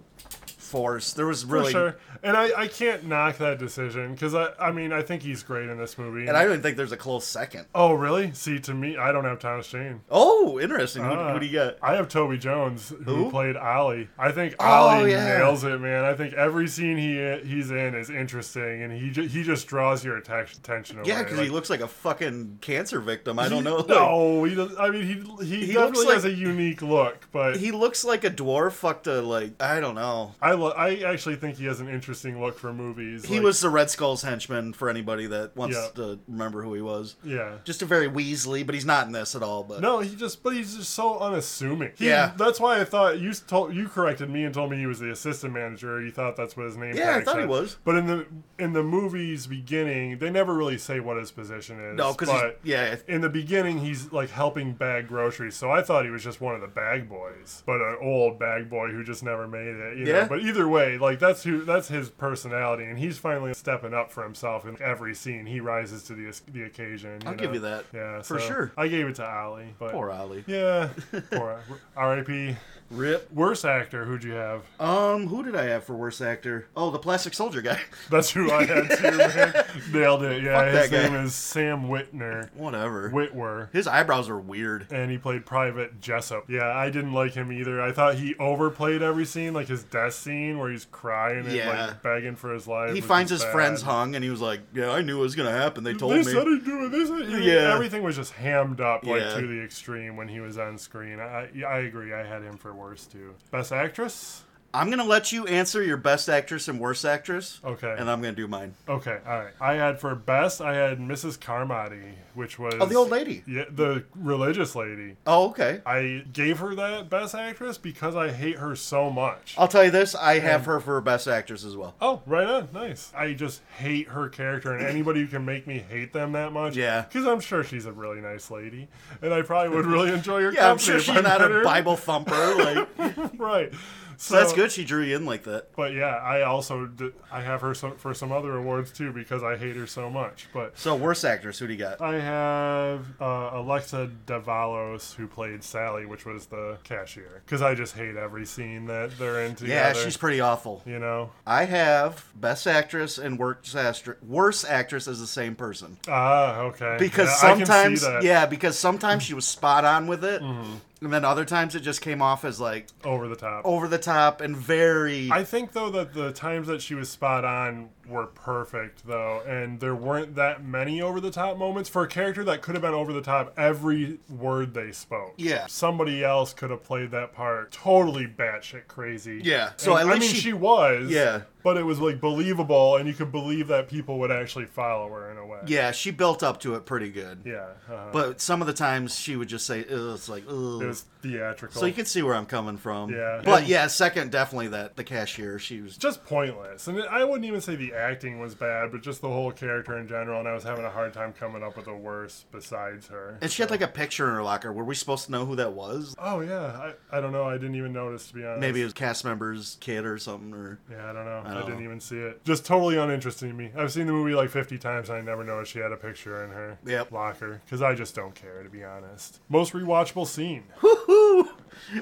Speaker 1: force. There was
Speaker 2: for
Speaker 1: really.
Speaker 2: sure. And I, I can't knock that decision because I I mean I think he's great in this movie.
Speaker 1: And I don't think there's a close second.
Speaker 2: oh really? See to me I don't have Thomas Jane.
Speaker 1: Oh, interesting. Who,
Speaker 2: Ah.
Speaker 1: who do you got?
Speaker 2: I have Toby Jones who,
Speaker 1: Who?
Speaker 2: played Ollie. I think
Speaker 1: Oh,
Speaker 2: Ollie
Speaker 1: yeah.
Speaker 2: nails it, man. I think every scene he he's in is interesting and he ju- he just draws your atta- attention away.
Speaker 1: Yeah, because
Speaker 2: Like,
Speaker 1: he looks like a fucking cancer victim. I don't know. like-
Speaker 2: No, he does, I mean he he,
Speaker 1: He looks
Speaker 2: definitely
Speaker 1: like-
Speaker 2: has a unique look, but
Speaker 1: He looks like a dwarf fucked a, like, I don't know.
Speaker 2: I lo- I actually think he has an interesting look for movies.
Speaker 1: He
Speaker 2: like-
Speaker 1: was the Red Skull's henchman for anybody that wants
Speaker 2: Yeah.
Speaker 1: to remember who he was.
Speaker 2: yeah.
Speaker 1: Just a very Weasley, but he's not in this at all. But
Speaker 2: No, he just, but he's just so unassuming. He-
Speaker 1: Yeah.
Speaker 2: that's why I thought you told you corrected me and told me he was the assistant manager. You thought that's what his name.
Speaker 1: Yeah, I
Speaker 2: tag
Speaker 1: thought he
Speaker 2: said.
Speaker 1: was.
Speaker 2: But in the in the movie's beginning, they never really say what his position is.
Speaker 1: no, because
Speaker 2: but
Speaker 1: yeah,
Speaker 2: In the beginning, he's like helping bag groceries, so I thought he was just one of the bag boys, but an old bag boy who just never made it. You
Speaker 1: Yeah.
Speaker 2: Know? But either way, like that's who that's his personality, and he's finally stepping up for himself in every scene. He rises to the the occasion.
Speaker 1: I'll give
Speaker 2: know?
Speaker 1: you that.
Speaker 2: Yeah,
Speaker 1: for
Speaker 2: so
Speaker 1: sure.
Speaker 2: I gave it to Ali. But
Speaker 1: Poor Ollie.
Speaker 2: yeah. Poor R.I.P.
Speaker 1: Rip.
Speaker 2: Worst actor, who'd you have?
Speaker 1: Um, who did I have for worst actor? Oh, the Plastic Soldier guy.
Speaker 2: That's who I had too, man. Nailed it. Yeah,
Speaker 1: Fuck
Speaker 2: his
Speaker 1: that guy.
Speaker 2: name is Sam Whitner.
Speaker 1: Whatever.
Speaker 2: Whitwer.
Speaker 1: His eyebrows are weird.
Speaker 2: And he played Private Jessup. Yeah, I didn't like him either. I thought he overplayed every scene, like his death scene where he's crying and
Speaker 1: Yeah.
Speaker 2: like begging for his life.
Speaker 1: He
Speaker 2: was
Speaker 1: finds
Speaker 2: just
Speaker 1: his
Speaker 2: bad.
Speaker 1: friends hung, and he was like, "Yeah, I knew it was gonna happen. They told
Speaker 2: this
Speaker 1: me."
Speaker 2: I didn't do it. This I didn't.
Speaker 1: Yeah.
Speaker 2: everything was just hammed up like
Speaker 1: Yeah.
Speaker 2: to the extreme when he was on screen. I I agree. I had him for worst too. Best actress.
Speaker 1: I'm gonna let you answer your best actress and worst actress.
Speaker 2: Okay.
Speaker 1: And I'm gonna do mine.
Speaker 2: Okay, all right. I had for best, I had Mrs. Carmody, which was
Speaker 1: Oh, the old lady.
Speaker 2: yeah, the religious lady.
Speaker 1: Oh, okay.
Speaker 2: I gave her that best actress because I hate her so much.
Speaker 1: I'll tell you this. I have her for best actress as well.
Speaker 2: Oh, right on. Nice. I just hate her character, and anybody who can make me hate them that much.
Speaker 1: Yeah.
Speaker 2: Because I'm sure she's a really nice lady, and I probably would really enjoy her company.
Speaker 1: Yeah, I'm sure
Speaker 2: if
Speaker 1: she's
Speaker 2: I
Speaker 1: not
Speaker 2: met
Speaker 1: a
Speaker 2: her.
Speaker 1: Bible thumper. Like,
Speaker 2: Right.
Speaker 1: so that's good. She drew you in like that.
Speaker 2: But yeah, I also d- I have her so, for some other awards too because I hate her so much. But
Speaker 1: So worst actress, who do you got?
Speaker 2: I have uh, Alexa Davalos who played Sally, which was the cashier, because I just hate every scene that they're in
Speaker 1: Yeah,
Speaker 2: together.
Speaker 1: she's pretty awful.
Speaker 2: you know.
Speaker 1: I have best actress and worst actress, worst actress as the same person
Speaker 2: Ah, okay.
Speaker 1: because
Speaker 2: Yeah, I can
Speaker 1: sometimes,
Speaker 2: see that Mm-hmm.
Speaker 1: yeah, because sometimes she was spot on with it, and then other times it just came off as like
Speaker 2: over the top.
Speaker 1: over the top and very.
Speaker 2: I think though that the times that she was spot on were perfect though, and there weren't that many over the top moments for a character that could have been over the top every word they spoke.
Speaker 1: Yeah.
Speaker 2: somebody else could have played that part totally batshit crazy.
Speaker 1: Yeah. So
Speaker 2: And,
Speaker 1: at
Speaker 2: I
Speaker 1: least
Speaker 2: mean,
Speaker 1: she-
Speaker 2: she, was.
Speaker 1: Yeah.
Speaker 2: but it was like believable, and you could believe that people would actually follow her in a way.
Speaker 1: yeah, she built up to it pretty good,
Speaker 2: yeah. uh-huh.
Speaker 1: but some of the times she would just say, Ugh, "It's like, Ugh.
Speaker 2: it was theatrical.
Speaker 1: so you can see where I'm coming from."
Speaker 2: Yeah.
Speaker 1: but
Speaker 2: And-
Speaker 1: yeah, second definitely that the cashier. She was
Speaker 2: just pointless. And I wouldn't even say the acting was bad, but just the whole character in general. And I was having a hard time coming up with a worse besides her.
Speaker 1: And she had like a picture in her locker. Were we supposed to know who that was?
Speaker 2: oh yeah, I, I don't know. I didn't even notice to be honest.
Speaker 1: Maybe it was cast member's kid or something. Or
Speaker 2: Yeah, I don't know. I,
Speaker 1: don't
Speaker 2: didn't
Speaker 1: know.
Speaker 2: even see it. Just totally uninteresting to me. I've seen the movie like 50 times and I never noticed she had a picture in her
Speaker 1: Yep.
Speaker 2: locker because I just don't care, to be honest. Most rewatchable scene.
Speaker 1: woohoo!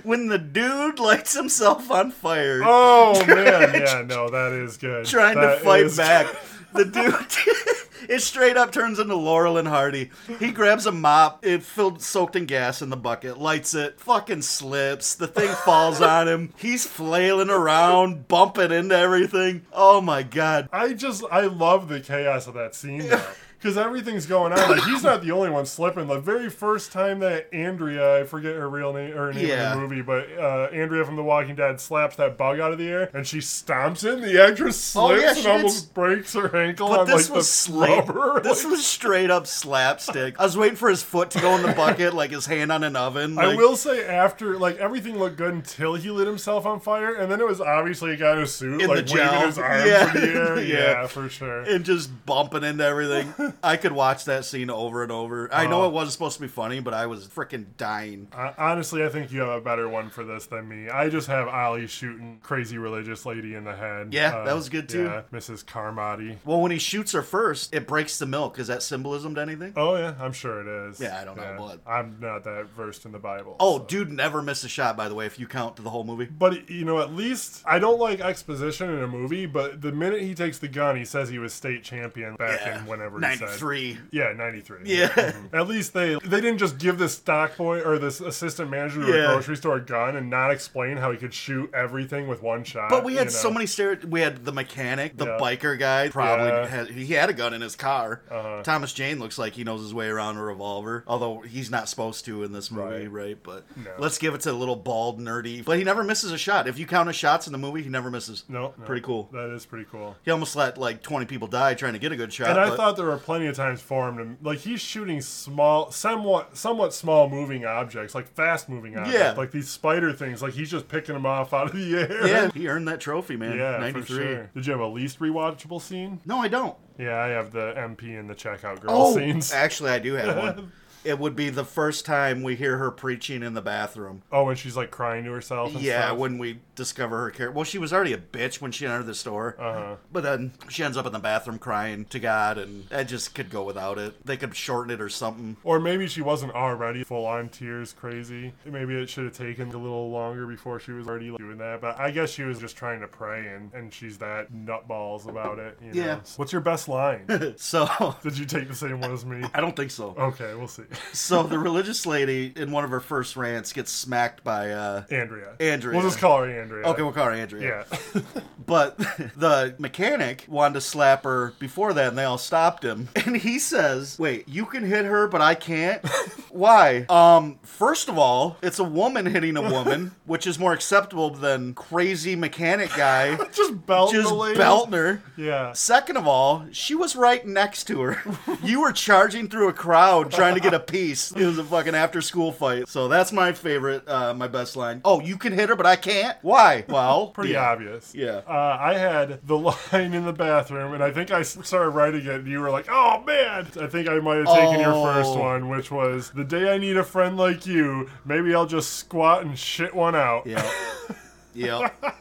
Speaker 1: When the dude lights himself on fire,
Speaker 2: Oh, man. Yeah, no, that is good.
Speaker 1: trying
Speaker 2: That
Speaker 1: to fight
Speaker 2: is-
Speaker 1: back, the dude. It straight up turns into Laurel and Hardy. He grabs a mop, it filled soaked in gas in the bucket, lights it, fucking slips. The thing falls on him. He's flailing around, bumping into everything. Oh my god!
Speaker 2: I just I love the chaos of that scene because everything's going on. Like he's not the only one slipping. The very first time that Andrea, I forget her real name or her name
Speaker 1: Yeah.
Speaker 2: in the movie, but uh, Andrea from The Walking Dead slaps that bug out of the air and she stomps it. And the actress
Speaker 1: Oh,
Speaker 2: slips
Speaker 1: yeah, she
Speaker 2: and
Speaker 1: did s-
Speaker 2: almost breaks her ankle
Speaker 1: But
Speaker 2: on
Speaker 1: this
Speaker 2: like
Speaker 1: was
Speaker 2: the
Speaker 1: slap.
Speaker 2: rubber.
Speaker 1: This
Speaker 2: Like,
Speaker 1: was straight up slapstick. I was waiting for his foot to go in the bucket, like his hand on an oven.
Speaker 2: I
Speaker 1: like-
Speaker 2: will say after like everything looked good until he lit himself on fire, and then it was obviously a guy in a suit
Speaker 1: In the
Speaker 2: like waving
Speaker 1: gel.
Speaker 2: his arms
Speaker 1: Yeah.
Speaker 2: in the air.
Speaker 1: Yeah.
Speaker 2: Yeah, for sure.
Speaker 1: And just bumping into everything. I could watch that scene over and over. I
Speaker 2: Oh.
Speaker 1: know it wasn't supposed to be funny, but I was freaking dying.
Speaker 2: I, honestly, I think you have a better one for this than me. I just have Ali shooting crazy religious lady in the head. Uh,
Speaker 1: Yeah, that was good too.
Speaker 2: Yeah, Mrs. Carmody.
Speaker 1: Well, when he shoots her first, it breaks the milk. Is that symbolism to anything?
Speaker 2: Oh yeah, I'm sure it is.
Speaker 1: Yeah, I don't know, but-
Speaker 2: I'm not that versed in the Bible.
Speaker 1: Oh,
Speaker 2: so.
Speaker 1: dude never missed a shot, by the way, if you count the whole movie.
Speaker 2: But you know, at least I don't like exposition in a movie. But the minute he takes the gun, he says he was state champion back in whenever he said
Speaker 1: 93.
Speaker 2: Yeah, ninety three.
Speaker 1: Yeah.
Speaker 2: At least they they didn't just give this stock boy or this assistant manager to
Speaker 1: Yeah.
Speaker 2: a grocery store a gun and not explain how he could shoot everything with one shot.
Speaker 1: But we had
Speaker 2: you
Speaker 1: so
Speaker 2: know.
Speaker 1: many stereotypes. We had the mechanic, the
Speaker 2: Yeah.
Speaker 1: biker guy. Probably
Speaker 2: Yeah.
Speaker 1: had, he had a gun in his car.
Speaker 2: Uh-huh.
Speaker 1: Thomas Jane looks like he knows his way around a revolver, although he's not supposed to in this movie, right? But
Speaker 2: No.
Speaker 1: let's give it to the little bald nerdy. But he never misses a shot. If you count his shots in the movie, he never misses.
Speaker 2: No, no.
Speaker 1: pretty cool.
Speaker 2: That is pretty cool.
Speaker 1: He almost let like twenty people die trying to get a good shot.
Speaker 2: And I
Speaker 1: but-
Speaker 2: thought there were plenty of times for him to like he's shooting small, somewhat, somewhat small moving objects, like fast moving objects,
Speaker 1: Yeah.
Speaker 2: like these spider things. Like he's just picking them off out of the air.
Speaker 1: yeah, he earned that trophy, man.
Speaker 2: yeah,
Speaker 1: ninety
Speaker 2: for
Speaker 1: three.
Speaker 2: sure. Did you have a least rewatchable scene?
Speaker 1: No, I don't.
Speaker 2: Yeah, I have the MP and the checkout girl
Speaker 1: Oh,
Speaker 2: scenes.
Speaker 1: actually, I do have one. It would be the first time we hear her preaching in the bathroom.
Speaker 2: oh, and she's like crying to herself. And
Speaker 1: Yeah,
Speaker 2: stuff.
Speaker 1: when we discover her character. Well, she was already a bitch when she entered the store.
Speaker 2: Uh-huh.
Speaker 1: But then she ends up in the bathroom crying to God, and that just could go without it. They could shorten it or something.
Speaker 2: Or maybe she wasn't already full on tears crazy. Maybe it should have taken a little longer before she was already doing that. But I guess she was just trying to pray and, and she's that nutballs about it. You know?
Speaker 1: Yeah.
Speaker 2: What's your best line?
Speaker 1: So.
Speaker 2: Did you take the same one as me?
Speaker 1: I don't think so.
Speaker 2: Okay, we'll see.
Speaker 1: So the religious lady in one of her first rants gets smacked by uh
Speaker 2: Andrea.
Speaker 1: Andrea.
Speaker 2: We'll just call her Andrea.
Speaker 1: Okay, we'll call her Andrea.
Speaker 2: Yeah.
Speaker 1: But the mechanic wanted to slap her before that, and they all stopped him. And he says, "Wait, you can hit her, but I can't." Why? Um, first of all, it's a woman hitting a woman, which is more acceptable than crazy mechanic guy
Speaker 2: Just belt
Speaker 1: just
Speaker 2: the lady.
Speaker 1: belting her.
Speaker 2: Yeah.
Speaker 1: Second of all, she was right next to her. you were charging through a crowd trying to get a piece. It was a fucking after school fight. So that's my favorite, uh, my best line. Oh, you can hit her, but I can't? Why? Well,
Speaker 2: Pretty
Speaker 1: yeah.
Speaker 2: obvious.
Speaker 1: Yeah.
Speaker 2: Uh, I had the line in the bathroom, and I think I s- started writing it, and you were like, oh, man. I think I might have taken your first
Speaker 1: Oh.
Speaker 2: one, which was, the day I need a friend like you, maybe I'll just squat and shit one out.
Speaker 1: Yeah. yeah.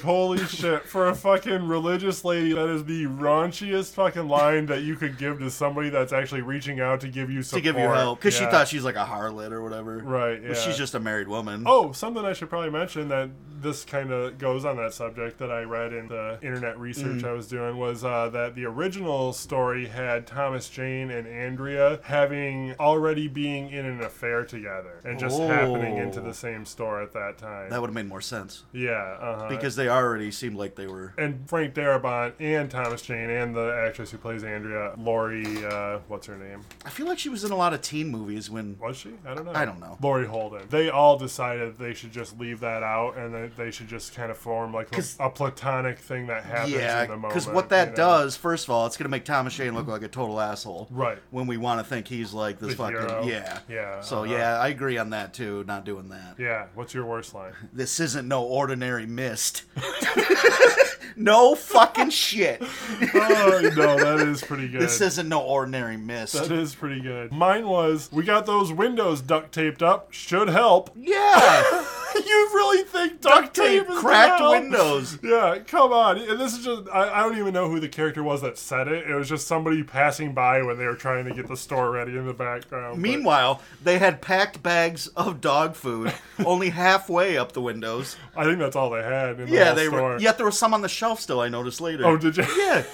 Speaker 2: holy shit. For a fucking religious lady, that is the raunchiest fucking line that you could give to somebody that's actually reaching out to give you
Speaker 1: To
Speaker 2: support.
Speaker 1: give you help. Because
Speaker 2: Yeah.
Speaker 1: she thought she's like a harlot or whatever.
Speaker 2: Right,
Speaker 1: But
Speaker 2: yeah.
Speaker 1: she's just a married woman.
Speaker 2: Oh, something I should probably mention that this kind of goes on that subject that I read in the internet research
Speaker 1: Mm.
Speaker 2: I was doing was uh, that the original story had Thomas Jane and Andrea having already being in an affair together and just happening
Speaker 1: Oh.
Speaker 2: into the same store at that time.
Speaker 1: That would have made more sense.
Speaker 2: yeah, uh-huh.
Speaker 1: Because they already seemed like they were.
Speaker 2: and Frank Darabont and Thomas Jane and the actress who plays Andrea, Lori, uh, what's her name?
Speaker 1: I feel like she was in a lot of teen movies when.
Speaker 2: Was she? I don't know.
Speaker 1: I don't know.
Speaker 2: Lori Holden. They all decided they should just leave that out and that they should just kind of form like a,
Speaker 1: 'Cause-
Speaker 2: a platonic thing that happens
Speaker 1: Yeah,
Speaker 2: in the moment.
Speaker 1: because what that
Speaker 2: you know?
Speaker 1: does, first of all, it's going to make Thomas Shane look like a total asshole.
Speaker 2: Right.
Speaker 1: When we want to think he's like this
Speaker 2: The
Speaker 1: fucking.
Speaker 2: hero.
Speaker 1: Yeah.
Speaker 2: Yeah,
Speaker 1: So,
Speaker 2: uh-huh.
Speaker 1: yeah, I agree on that too, not doing that.
Speaker 2: Yeah. What's your worst line?
Speaker 1: This isn't no ordinary mist. no fucking shit.
Speaker 2: oh, no, that is pretty good.
Speaker 1: This isn't no ordinary mist.
Speaker 2: that is pretty good. Mine was, we got those windows duct taped up. Should help.
Speaker 1: yeah.
Speaker 2: you really think duct, tape, is
Speaker 1: cracked
Speaker 2: gonna help?
Speaker 1: windows.
Speaker 2: Yeah, come on. And this is just, I, I don't even know who the character was that said it. It was just somebody passing by when they were trying to get the store ready in the background. but-
Speaker 1: Meanwhile, they had packed bags of dog food only halfway up the windows.
Speaker 2: I think that's all they had. In the
Speaker 1: Yeah,
Speaker 2: whole
Speaker 1: they
Speaker 2: store.
Speaker 1: were. Yet there was some on the shelf still. I noticed later.
Speaker 2: Oh, did you?
Speaker 1: yeah.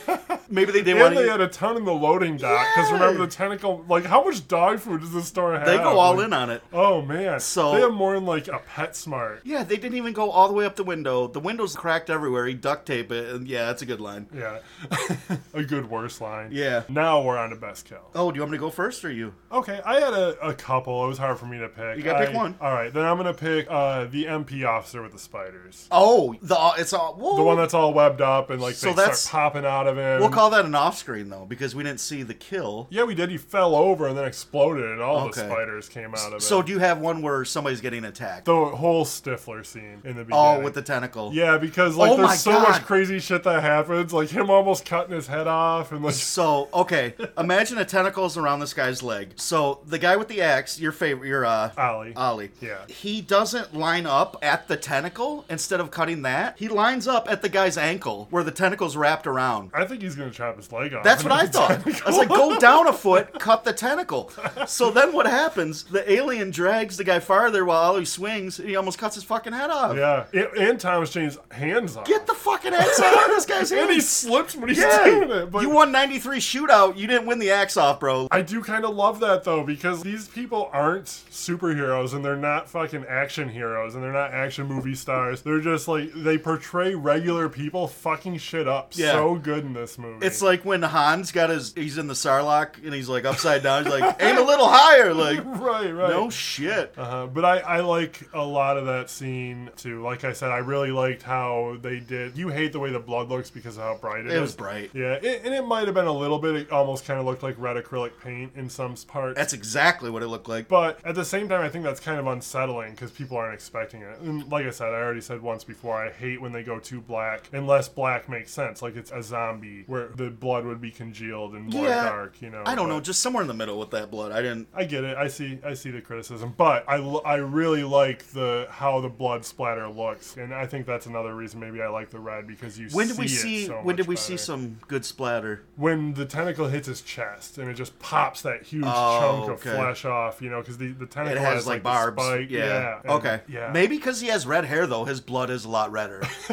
Speaker 1: Maybe they didn't
Speaker 2: And
Speaker 1: want
Speaker 2: they
Speaker 1: to.
Speaker 2: had a ton in the loading dock because
Speaker 1: Yeah.
Speaker 2: remember the tentacle. Like, how much dog food does this store have?
Speaker 1: They go all
Speaker 2: Like,
Speaker 1: in on it.
Speaker 2: Oh man,
Speaker 1: So-
Speaker 2: they have more in like a PetSmart.
Speaker 1: Yeah, they didn't even go all the way up the window. The window's cracked everywhere. He duct tape it, and yeah, that's a good line.
Speaker 2: Yeah, a good worse line.
Speaker 1: Yeah.
Speaker 2: Now we're on to best kill.
Speaker 1: Oh, do you want me to go first or you?
Speaker 2: Okay, I had a, a couple. It was hard for me to pick.
Speaker 1: You gotta pick
Speaker 2: I-
Speaker 1: one.
Speaker 2: All right, then I'm gonna pick uh, the MP officer with the spiders.
Speaker 1: Oh, the it's all whoa.
Speaker 2: The one that's all webbed up and like
Speaker 1: Oh. So
Speaker 2: they
Speaker 1: that's-
Speaker 2: start popping out of him.
Speaker 1: We'll call that an off screen though, because we didn't see the kill.
Speaker 2: yeah, we did. He fell over and then exploded, and all
Speaker 1: Okay.
Speaker 2: the spiders came out of it.
Speaker 1: So do you have one where somebody's getting attacked?
Speaker 2: the whole Stifler scene in the beginning.
Speaker 1: oh, with the tentacle.
Speaker 2: yeah, because like
Speaker 1: Oh my
Speaker 2: there's so much
Speaker 1: God.
Speaker 2: crazy shit that happens, like him almost cutting his head off, and like
Speaker 1: So okay, imagine a tentacle's around this guy's leg. So the guy with the axe, your favorite, your uh,
Speaker 2: Ollie.
Speaker 1: Ollie.
Speaker 2: Yeah.
Speaker 1: He doesn't line up at the tentacle. Instead of cutting that, he lines up at the guy's ankle where the tentacle's wrapped around.
Speaker 2: I think he's gonna chop his leg off.
Speaker 1: That's what I thought. I was like, go down a foot, cut the tentacle. So then what happens? The alien drags the guy farther while Ollie swings, and he almost cuts his fucking head off.
Speaker 2: Yeah, and, and Thomas Jane's hands off.
Speaker 1: Get the fucking axe out of this guy's
Speaker 2: and he
Speaker 1: hand.
Speaker 2: slips when he's
Speaker 1: Yeah.
Speaker 2: doing it. But
Speaker 1: you won 93 shootout. You didn't win the axe off, bro.
Speaker 2: I do kind of love that though because these people aren't superheroes and they're not fucking action heroes and they're not action movie stars. They're just like they portray regular people fucking shit up
Speaker 1: Yeah.
Speaker 2: so good in this movie.
Speaker 1: It's like when Hans got his, he's in the Sarlacc and he's like upside down. He's like, aim a little higher. Like,
Speaker 2: right, right.
Speaker 1: no shit.
Speaker 2: Uh, but I, I like a lot of that scene too. Like I said, I really liked how they did. You hate the way the blood looks because of how bright it is.
Speaker 1: It was bright.
Speaker 2: Yeah, it, and it might have been a little bit. It almost kind of looked like red acrylic paint in some parts.
Speaker 1: That's exactly what it looked like.
Speaker 2: but at the same time, I think that's kind of unsettling because people aren't expecting it. And like I said, I already said once before, I hate when they go too black, unless black makes sense. Like it's a zombie where the blood would be congealed and more
Speaker 1: Yeah.
Speaker 2: dark. You know,
Speaker 1: I don't
Speaker 2: but-
Speaker 1: know, just somewhere in the middle with that blood. I didn't.
Speaker 2: I get it. I see. I see the criticism, but I, l- I really like the how the blood splatter looks, and I think that's another reason maybe I like the red because you.
Speaker 1: When did
Speaker 2: see
Speaker 1: we
Speaker 2: it
Speaker 1: see?
Speaker 2: so
Speaker 1: when did
Speaker 2: much
Speaker 1: we see
Speaker 2: better.
Speaker 1: some good splatter?
Speaker 2: When the tentacle hits his chest and it just pops that huge
Speaker 1: Oh,
Speaker 2: chunk of
Speaker 1: okay.
Speaker 2: flesh off, you know, because the the
Speaker 1: It
Speaker 2: tentacle
Speaker 1: has like,
Speaker 2: the
Speaker 1: barbs.
Speaker 2: spike,
Speaker 1: yeah.
Speaker 2: and-
Speaker 1: Okay.
Speaker 2: Yeah.
Speaker 1: Maybe because he has red hair though, his blood is a lot redder.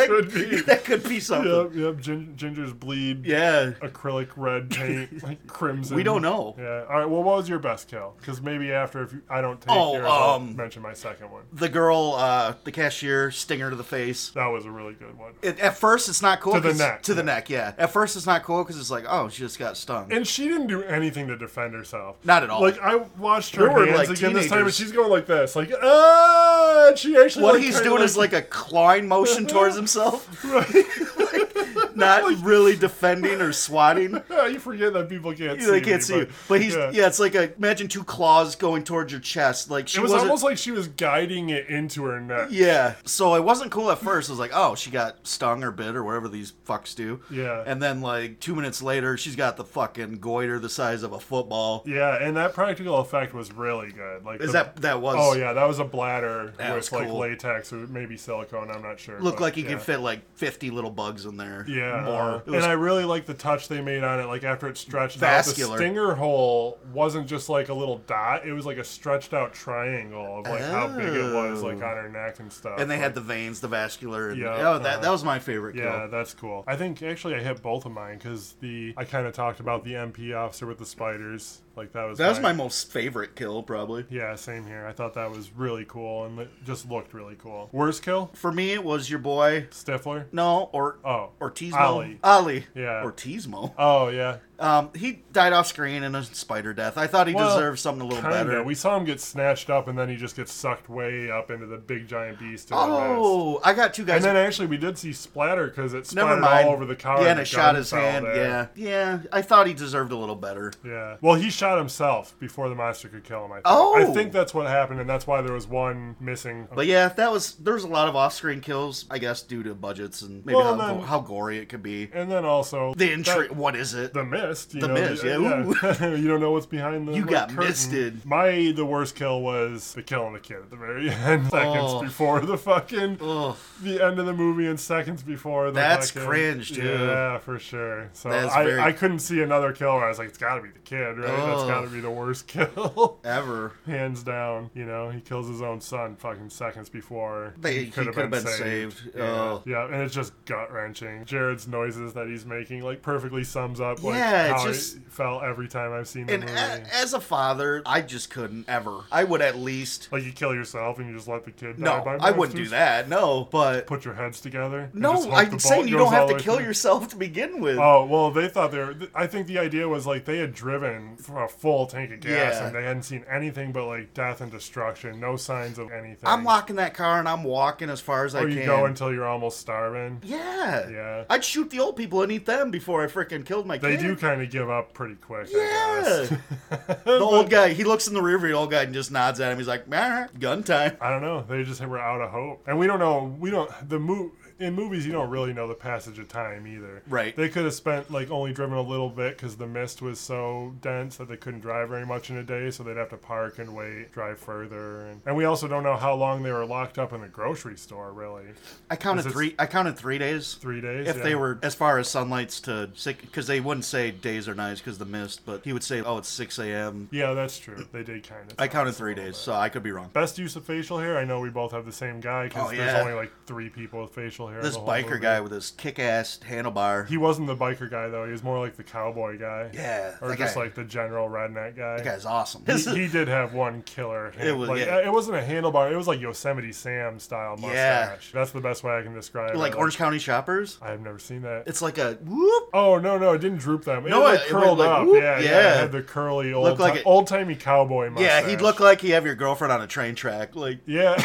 Speaker 2: could be.
Speaker 1: that could be something.
Speaker 2: Yep, yep. gin- gingers bleed
Speaker 1: Yeah.
Speaker 2: acrylic red paint, like crimson.
Speaker 1: We don't know.
Speaker 2: Yeah. All right. Well, what was your best kill? Because maybe after, if you, I don't take
Speaker 1: Oh,
Speaker 2: yours, I'll
Speaker 1: um,
Speaker 2: mention my second one.
Speaker 1: The girl, uh, the cashier, stinger to the face.
Speaker 2: That was a really good one.
Speaker 1: It, at first, it's not cool.
Speaker 2: To the
Speaker 1: 'cause-
Speaker 2: neck,
Speaker 1: To the
Speaker 2: yeah.
Speaker 1: neck, yeah. At first, it's not cool because it's like, oh, she just got stung.
Speaker 2: And she didn't do anything to defend herself.
Speaker 1: Not at all.
Speaker 2: Like I watched her
Speaker 1: There were,
Speaker 2: hands
Speaker 1: like,
Speaker 2: again this time, and
Speaker 1: teenagers.
Speaker 2: she's going like this, like ah. and She actually
Speaker 1: what
Speaker 2: like,
Speaker 1: he's
Speaker 2: kinda,
Speaker 1: doing is like a clawing motion towards himself,
Speaker 2: Right.
Speaker 1: not really defending or swatting.
Speaker 2: you forget that people can't see.
Speaker 1: They
Speaker 2: me,
Speaker 1: can't see you,
Speaker 2: but,
Speaker 1: but he's yeah. It's like a imagine two claws going towards your chest. Like she
Speaker 2: It was
Speaker 1: wasn't-
Speaker 2: almost like she was guiding it into her neck.
Speaker 1: Yeah. So it wasn't cool at first. It was like, oh, she got stung or bit or whatever these fucks do.
Speaker 2: Yeah.
Speaker 1: And then like two minutes later, she's got the fucking goiter the size of a football.
Speaker 2: Yeah, and that practical effect was really good. Like
Speaker 1: Is
Speaker 2: the-
Speaker 1: that that was?
Speaker 2: Oh yeah, that was a bladder
Speaker 1: That
Speaker 2: with
Speaker 1: was
Speaker 2: like
Speaker 1: cool.
Speaker 2: latex or maybe silicone. I'm not sure.
Speaker 1: Looked
Speaker 2: but,
Speaker 1: like he
Speaker 2: Oh, yeah.
Speaker 1: could fit like fifty little bugs in there.
Speaker 2: Yeah,
Speaker 1: More. It was-
Speaker 2: and I really like the touch they made on it. Like after it stretched out, the
Speaker 1: Vascular.
Speaker 2: stinger hole wasn't just like a little dot. It was like a stretched out triangle of like how big it was, like on her neck and stuff.
Speaker 1: Oh. and they
Speaker 2: Like,
Speaker 1: had the veins, the vascular. And,
Speaker 2: Yeah,
Speaker 1: oh, that,
Speaker 2: uh,
Speaker 1: that was my favorite.
Speaker 2: Yeah,
Speaker 1: Kill.
Speaker 2: that's cool. I think actually I hit both of mine because the I kind of talked about the MP officer with the spiders. Like that was
Speaker 1: That was my most favorite kill, probably.
Speaker 2: Yeah, same here. I thought that was really cool and it just looked really cool. Worst kill?
Speaker 1: For me, it was your boy.
Speaker 2: Stifler?
Speaker 1: No, or
Speaker 2: Oh.
Speaker 1: Ortizmo.
Speaker 2: Ollie.
Speaker 1: Ollie.
Speaker 2: Yeah.
Speaker 1: Ortizmo.
Speaker 2: Oh, yeah.
Speaker 1: Um, he died off screen in a spider death. I thought he
Speaker 2: Well,
Speaker 1: deserved something a little
Speaker 2: Kinda.
Speaker 1: better.
Speaker 2: We saw him get snatched up and then he just gets sucked way up into the big giant beast. in the nest.
Speaker 1: Oh, I got two guys.
Speaker 2: And then actually we did see splatter because it
Speaker 1: Never
Speaker 2: splattered
Speaker 1: mind.
Speaker 2: all over the car.
Speaker 1: yeah, and
Speaker 2: the
Speaker 1: it shot
Speaker 2: gun
Speaker 1: his
Speaker 2: fell
Speaker 1: hand.
Speaker 2: there.
Speaker 1: Yeah, yeah. I thought he deserved a little better.
Speaker 2: Yeah. Well, he shot himself before the monster could kill him. I think.
Speaker 1: Oh!
Speaker 2: I think that's what happened, and that's why there was one missing.
Speaker 1: But yeah, that was there's a lot of off-screen kills, I guess, due to budgets and maybe
Speaker 2: Well,
Speaker 1: how,
Speaker 2: then-
Speaker 1: how gory it could be.
Speaker 2: and then also
Speaker 1: The intrigue.
Speaker 2: that-
Speaker 1: What is it?
Speaker 2: the mist. You
Speaker 1: The
Speaker 2: know,
Speaker 1: mist, yeah,
Speaker 2: you don't know what's behind the.
Speaker 1: You
Speaker 2: like,
Speaker 1: got
Speaker 2: curtain.
Speaker 1: misted.
Speaker 2: My the worst kill was the killing the kid at the very end, seconds
Speaker 1: Oh.
Speaker 2: before the fucking
Speaker 1: Ugh.
Speaker 2: the end of the movie, and seconds before the.
Speaker 1: That's
Speaker 2: fucking-
Speaker 1: cringe, dude.
Speaker 2: Yeah, for sure. So
Speaker 1: That's
Speaker 2: I,
Speaker 1: very-
Speaker 2: I couldn't see another kill where I was like, it's got to be the kid, right? That's
Speaker 1: Ugh.
Speaker 2: got to be the worst kill.
Speaker 1: Ever.
Speaker 2: hands down. You know, he kills his own son fucking seconds before
Speaker 1: They- he
Speaker 2: coulda
Speaker 1: coulda been saved.
Speaker 2: Yeah.
Speaker 1: Oh.
Speaker 2: yeah, and it's just gut wrenching. Jared's noises that he's making like perfectly sums up like
Speaker 1: Yeah, it's
Speaker 2: how
Speaker 1: just-
Speaker 2: it felt every time I've seen the
Speaker 1: And uh,
Speaker 2: movie.
Speaker 1: a, as a father, I just couldn't ever. I would at least.
Speaker 2: like you kill yourself and you just let the kid die
Speaker 1: No,
Speaker 2: by
Speaker 1: I wouldn't do
Speaker 2: monsters?
Speaker 1: that. No, but
Speaker 2: Put your heads together. and just
Speaker 1: no,
Speaker 2: hope the
Speaker 1: I'm saying
Speaker 2: bullet
Speaker 1: you
Speaker 2: goes
Speaker 1: don't have
Speaker 2: all
Speaker 1: to
Speaker 2: the way
Speaker 1: kill
Speaker 2: through.
Speaker 1: yourself to begin with.
Speaker 2: Oh well, they thought they were. th- I think the idea was like they had driven for a full tank of gas
Speaker 1: Yeah.
Speaker 2: and they hadn't seen anything but like death and destruction, no signs of anything.
Speaker 1: I'm locking that car and I'm walking as far as I
Speaker 2: Or
Speaker 1: can.
Speaker 2: you go until you're almost starving.
Speaker 1: Yeah.
Speaker 2: Yeah.
Speaker 1: I'd shoot the old people and eat them before I freaking killed my
Speaker 2: They
Speaker 1: kid.
Speaker 2: do kind of give up pretty quick. I,
Speaker 1: Yeah.
Speaker 2: guess.
Speaker 1: the old guy, he looks in the rearview, the old guy, and just nods at him. He's like, all right, gun time.
Speaker 2: I don't know. They just were out of hope, and we don't know. We don't the mo- in movies. You don't really know the passage of time either.
Speaker 1: Right.
Speaker 2: They could have spent like only driven a little bit because the mist was so dense that they couldn't drive very much in a day, so they'd have to park and wait, drive further, and, and we also don't know how long they were locked up in the grocery store. Really,
Speaker 1: I counted
Speaker 2: Is this-
Speaker 1: three. I counted three days.
Speaker 2: three days.
Speaker 1: If
Speaker 2: Yeah.
Speaker 1: they were as far as sunlights to six, because they wouldn't say days or nights because the mist, but he would say, oh, it's six a.m.
Speaker 2: Yeah, that's true. They did kind of.
Speaker 1: I counted three days, so I could be wrong.
Speaker 2: Best use of facial hair. I know we both have the same guy because
Speaker 1: Oh,
Speaker 2: there's
Speaker 1: yeah.
Speaker 2: only like three people with facial hair. in
Speaker 1: This
Speaker 2: the whole
Speaker 1: biker
Speaker 2: movie.
Speaker 1: guy with his kick-ass handlebar.
Speaker 2: He wasn't the biker guy though. He was more like the cowboy guy.
Speaker 1: yeah,
Speaker 2: Or
Speaker 1: that
Speaker 2: just
Speaker 1: guy-
Speaker 2: like the general redneck guy.
Speaker 1: that guy's awesome.
Speaker 2: he, he did have one killer. Hand,
Speaker 1: It was-
Speaker 2: like,
Speaker 1: yeah.
Speaker 2: it wasn't a handlebar. It was like Yosemite Sam style mustache.
Speaker 1: Yeah.
Speaker 2: That's the best way I can describe it.
Speaker 1: like Orange County shoppers.
Speaker 2: I have never seen that.
Speaker 1: It's like a whoop.
Speaker 2: oh no no! It didn't droop that. much. it
Speaker 1: No,
Speaker 2: like
Speaker 1: it- it went
Speaker 2: curled
Speaker 1: like,
Speaker 2: up.
Speaker 1: whoop,
Speaker 2: yeah, yeah.
Speaker 1: yeah.
Speaker 2: It had the curly old
Speaker 1: like
Speaker 2: ti-
Speaker 1: it-
Speaker 2: old timey cowboy mustache.
Speaker 1: Yeah, he'd look like he have your girlfriend on a train track. Like
Speaker 2: Yeah.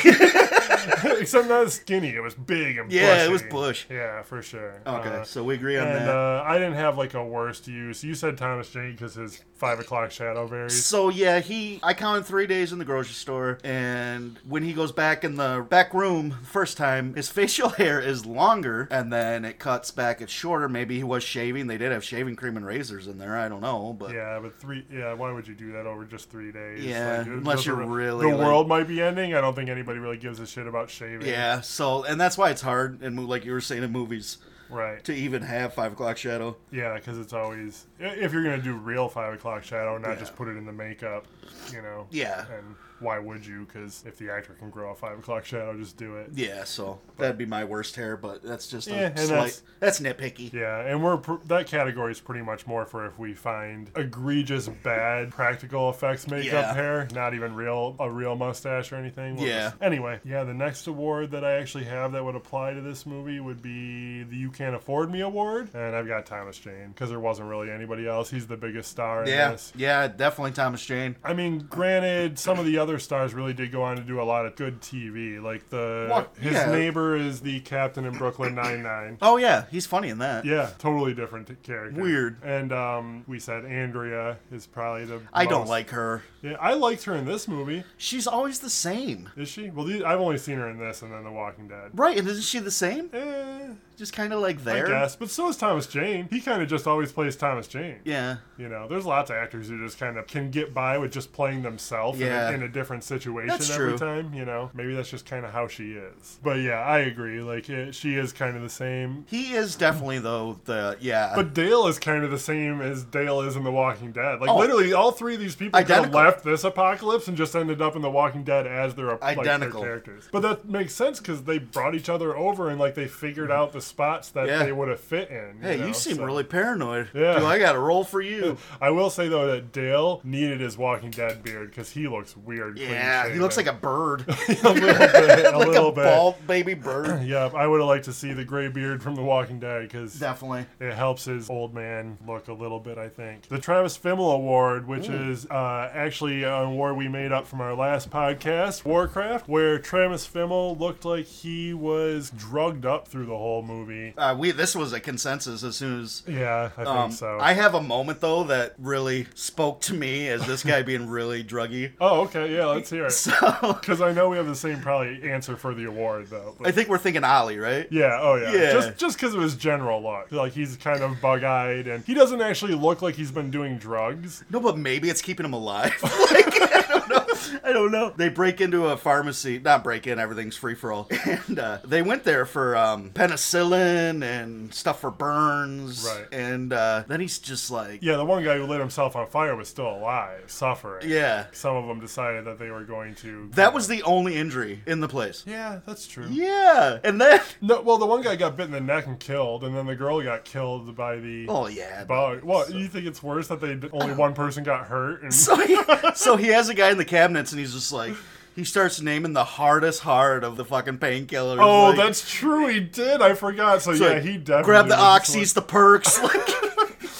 Speaker 2: Except not skinny. It was big and
Speaker 1: Yeah, it was
Speaker 2: bushy.
Speaker 1: bush.
Speaker 2: Yeah, for sure.
Speaker 1: okay,
Speaker 2: Uh,
Speaker 1: so we agree on
Speaker 2: And
Speaker 1: that.
Speaker 2: uh, I didn't have like a worst use. You said Thomas Jane because his five o'clock shadow varies.
Speaker 1: so yeah, he I counted three days in the grocery store, and when he goes back in the back room the first time, his facial hair is longer, and then it cuts back. It's shorter. Maybe he was shaving. They did have shaving cream and razors in there. I don't know, but
Speaker 2: Yeah, but three. Yeah, why would you do that over just three days?
Speaker 1: Yeah,
Speaker 2: it
Speaker 1: unless
Speaker 2: doesn't
Speaker 1: you're
Speaker 2: re-
Speaker 1: really,
Speaker 2: The
Speaker 1: like-
Speaker 2: world might be ending. I don't think anybody really gives a shit about shaving.
Speaker 1: yeah. So and that's why it's hard. And like you were saying in movies,
Speaker 2: Right.
Speaker 1: to even have five o'clock shadow.
Speaker 2: Yeah, because it's always i- if you're gonna do real five o'clock shadow, not
Speaker 1: Yeah.
Speaker 2: just put it in the makeup. You know.
Speaker 1: Yeah.
Speaker 2: And why would you? Because if the actor can grow a five o'clock shadow, just do it.
Speaker 1: Yeah, so that'd be my worst hair, but that's just
Speaker 2: Yeah,
Speaker 1: a
Speaker 2: and
Speaker 1: slight. That's, nitpicky.
Speaker 2: Yeah, and we're pr- that category is pretty much more for if we find egregious bad practical effects makeup
Speaker 1: Yeah.
Speaker 2: hair, not even real a real mustache or anything. We'll
Speaker 1: Yeah.
Speaker 2: just- anyway, yeah, the next award that I actually have that would apply to this movie would be the You Can't Afford Me award, and I've got Thomas Jane because there wasn't really anybody else. He's the biggest star. In
Speaker 1: Yeah,
Speaker 2: this.
Speaker 1: yeah, definitely Thomas Jane.
Speaker 2: I mean, granted, some of the other stars really did go on to do a lot of good TV. Like the
Speaker 1: Well,
Speaker 2: his
Speaker 1: yeah.
Speaker 2: neighbor is the captain in Brooklyn Nine Nine.
Speaker 1: Oh yeah, he's funny in that.
Speaker 2: Yeah, totally different t- character.
Speaker 1: Weird.
Speaker 2: And um, we said Andrea is probably the.
Speaker 1: I don't
Speaker 2: most-
Speaker 1: like her.
Speaker 2: Yeah, I liked her in this movie.
Speaker 1: She's always the same.
Speaker 2: Is she? Well, these, I've only seen her in this and then The Walking Dead.
Speaker 1: Right, and isn't she the same?
Speaker 2: Eh,
Speaker 1: Just kind of like
Speaker 2: I
Speaker 1: there.
Speaker 2: guess. But so is Thomas Jane. He kind of just always plays Thomas Jane.
Speaker 1: Yeah.
Speaker 2: You know, there's lots of actors who just kind of can get by with just playing themselves
Speaker 1: Yeah.
Speaker 2: in, a, in a different situation
Speaker 1: That's true.
Speaker 2: every time. You know, maybe that's just kind of how she is. But yeah, I agree. Like it, she is kind of the same.
Speaker 1: He is definitely though the yeah.
Speaker 2: But Dale is kind of the same as Dale is in The Walking Dead. Like
Speaker 1: Oh.
Speaker 2: literally, all three of these people could have
Speaker 1: Identical.
Speaker 2: left this apocalypse and just ended up in The Walking Dead as their like, their
Speaker 1: Identical.
Speaker 2: characters. But that makes sense because they brought each other over and like they figured out the spots that
Speaker 1: Mm-hmm. Yeah.
Speaker 2: they would have fit in.
Speaker 1: hey,
Speaker 2: know,
Speaker 1: you seem
Speaker 2: so.
Speaker 1: really paranoid.
Speaker 2: Yeah.
Speaker 1: Dude, I got a roll for you.
Speaker 2: I will say though that Dale needed his Walking Dead beard because he looks weird. clean
Speaker 1: yeah, he looks like
Speaker 2: shaven.
Speaker 1: a bird,
Speaker 2: a little bit. A
Speaker 1: like
Speaker 2: little
Speaker 1: a
Speaker 2: bit.
Speaker 1: bald baby bird.
Speaker 2: Yeah, I would have liked to see the gray beard from The Walking Dead because
Speaker 1: definitely.
Speaker 2: It helps his old man look a little bit, I think. The Travis Fimmel Award, which is uh, actually an award we made up from our last podcast, Warcraft, where Travis Fimmel looked like he was drugged up through the whole movie.
Speaker 1: Uh, we this was a consensus as soon as
Speaker 2: Yeah, I think
Speaker 1: Um,
Speaker 2: so.
Speaker 1: I have a moment though that really spoke to me as this guy being really druggy.
Speaker 2: oh, okay, yeah, let's hear it.
Speaker 1: So
Speaker 2: Because I know we have the same probably answer for the award though. but-
Speaker 1: I think we're thinking Ollie, right?
Speaker 2: Yeah, oh yeah.
Speaker 1: Yeah.
Speaker 2: Just just because of his general look. Like he's kind of bug-eyed and he doesn't actually look like he's been doing drugs.
Speaker 1: No, but maybe it's keeping him alive. like, I don't know. I don't know. They break into a pharmacy, not break in. Everything's free for all, and uh, they went there for um, penicillin and stuff for burns.
Speaker 2: Right.
Speaker 1: And uh, then he's just like,
Speaker 2: Yeah, the one guy who lit himself on fire was still alive, suffering.
Speaker 1: Yeah.
Speaker 2: Some of them decided that they were going to.
Speaker 1: That was the only injury in the place.
Speaker 2: Yeah, that's true.
Speaker 1: Yeah. And then,
Speaker 2: No, well, the one guy got bit in the neck and killed, and then the girl got killed by the
Speaker 1: oh yeah.
Speaker 2: bug. Well, you think it's worse that they only one person got hurt? And
Speaker 1: So he, so he has a guy in the cabinets, and he's just like, he starts naming the hardest hard of the fucking painkillers.
Speaker 2: oh,
Speaker 1: like,
Speaker 2: that's true. He did. I forgot. So
Speaker 1: it's
Speaker 2: yeah,
Speaker 1: like,
Speaker 2: he definitely
Speaker 1: grab the
Speaker 2: was just
Speaker 1: oxys, the perks, like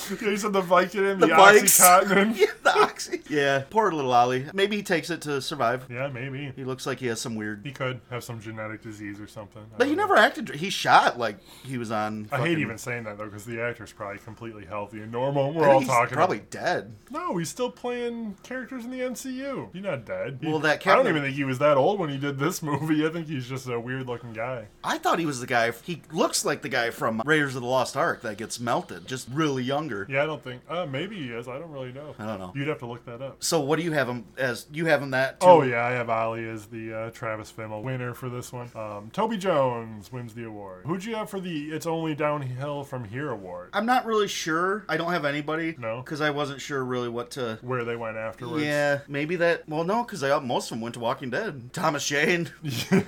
Speaker 2: Like, yeah, he said the Vicodin, the,
Speaker 1: the bikes,
Speaker 2: OxyContin.
Speaker 1: yeah, the oxy. Yeah, poor little Ollie. Maybe he takes it to survive.
Speaker 2: yeah, maybe
Speaker 1: He looks like he has some weird.
Speaker 2: he could have some genetic disease or something. I
Speaker 1: But he
Speaker 2: don't know.
Speaker 1: never acted. He shot like he was on.
Speaker 2: I hate
Speaker 1: fucking-
Speaker 2: even saying that though, because the actor's probably completely healthy and normal. and
Speaker 1: I
Speaker 2: We're
Speaker 1: think
Speaker 2: all
Speaker 1: he's
Speaker 2: talking
Speaker 1: probably
Speaker 2: about-
Speaker 1: dead.
Speaker 2: No, he's still playing characters in the MCU. He's not dead. He-
Speaker 1: Well, that
Speaker 2: I don't
Speaker 1: Captain-
Speaker 2: even think he was that old when he did this movie. I think he's just a weird looking guy.
Speaker 1: I thought he was the guy. He looks like the guy from Raiders of the Lost Ark that gets melted, just really younger.
Speaker 2: Yeah, I don't think. Uh, maybe he is. I don't really know.
Speaker 1: I don't know.
Speaker 2: You'd have to look that up.
Speaker 1: So what do you have him as? You have him that? Too?
Speaker 2: Oh yeah, I have Ali as the uh, Travis Fimmel winner for this one. Um, Toby Jones wins the award. Who'd you have for the "It's Only Downhill from Here" award?
Speaker 1: I'm not really sure. I don't have anybody.
Speaker 2: No?
Speaker 1: because I wasn't sure really what to.
Speaker 2: Where they went afterwards.
Speaker 1: Yeah, maybe that. Well, no, because most of them went to Walking Dead. Thomas Shane.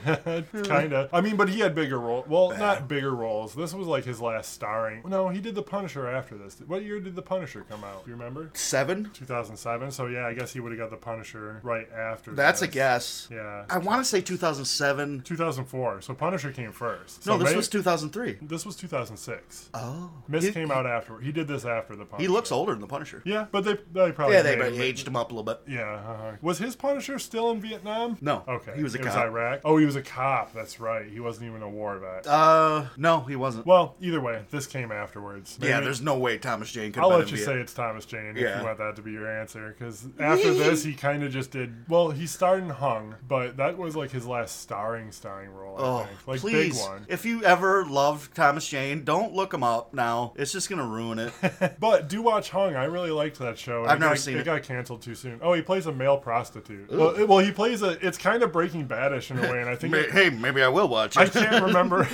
Speaker 2: kind of. I mean, but he had bigger role. Well, not bigger roles. This was like his last starring. No, he did The Punisher after this. What year did The Punisher come out? Do you remember?
Speaker 1: Seven.
Speaker 2: 2007. So yeah, I guess he would have got The Punisher right after.
Speaker 1: That's a
Speaker 2: this.
Speaker 1: guess.
Speaker 2: Yeah.
Speaker 1: I want to say 2007.
Speaker 2: 2004. So Punisher came first. So
Speaker 1: no, this
Speaker 2: may-
Speaker 1: was 2003.
Speaker 2: This was 2006.
Speaker 1: Oh,
Speaker 2: Miss
Speaker 1: he,
Speaker 2: came out after. He did this after The Punisher.
Speaker 1: he looks older than the Punisher.
Speaker 2: Yeah, but they they probably
Speaker 1: Yeah, they
Speaker 2: made-
Speaker 1: probably aged him up a little bit.
Speaker 2: Yeah. uh-huh. Was his Punisher still in Vietnam?
Speaker 1: No,
Speaker 2: Okay.
Speaker 1: he was a
Speaker 2: it Was
Speaker 1: cop.
Speaker 2: Iraq. Oh, he was a cop. That's right. He wasn't even a war vet.
Speaker 1: Uh, no, he wasn't.
Speaker 2: Well, either way, this came afterwards.
Speaker 1: yeah,
Speaker 2: Maybe-
Speaker 1: there's no way Thomas Jane could.
Speaker 2: I'll
Speaker 1: have
Speaker 2: let
Speaker 1: been
Speaker 2: you
Speaker 1: in
Speaker 2: say it's Thomas Jane if
Speaker 1: Yeah.
Speaker 2: you want that to be your answer, because after this he kind of just did. Well, he starred in Hung, but that was like his last starring starring role. I
Speaker 1: Oh,
Speaker 2: think. like
Speaker 1: please!
Speaker 2: big one.
Speaker 1: If you ever loved Thomas Jane, don't look him up now. It's just gonna ruin it.
Speaker 2: But do watch Hung. I really liked that show. and
Speaker 1: I've
Speaker 2: it
Speaker 1: never
Speaker 2: got,
Speaker 1: seen
Speaker 2: it.
Speaker 1: it.
Speaker 2: got canceled too soon. Oh, he plays a male prostitute. Well, it- well, he plays a. It's kind of Breaking Badish in a way, and I think.
Speaker 1: Ma-
Speaker 2: it-
Speaker 1: hey, maybe I will watch it.
Speaker 2: I can't remember.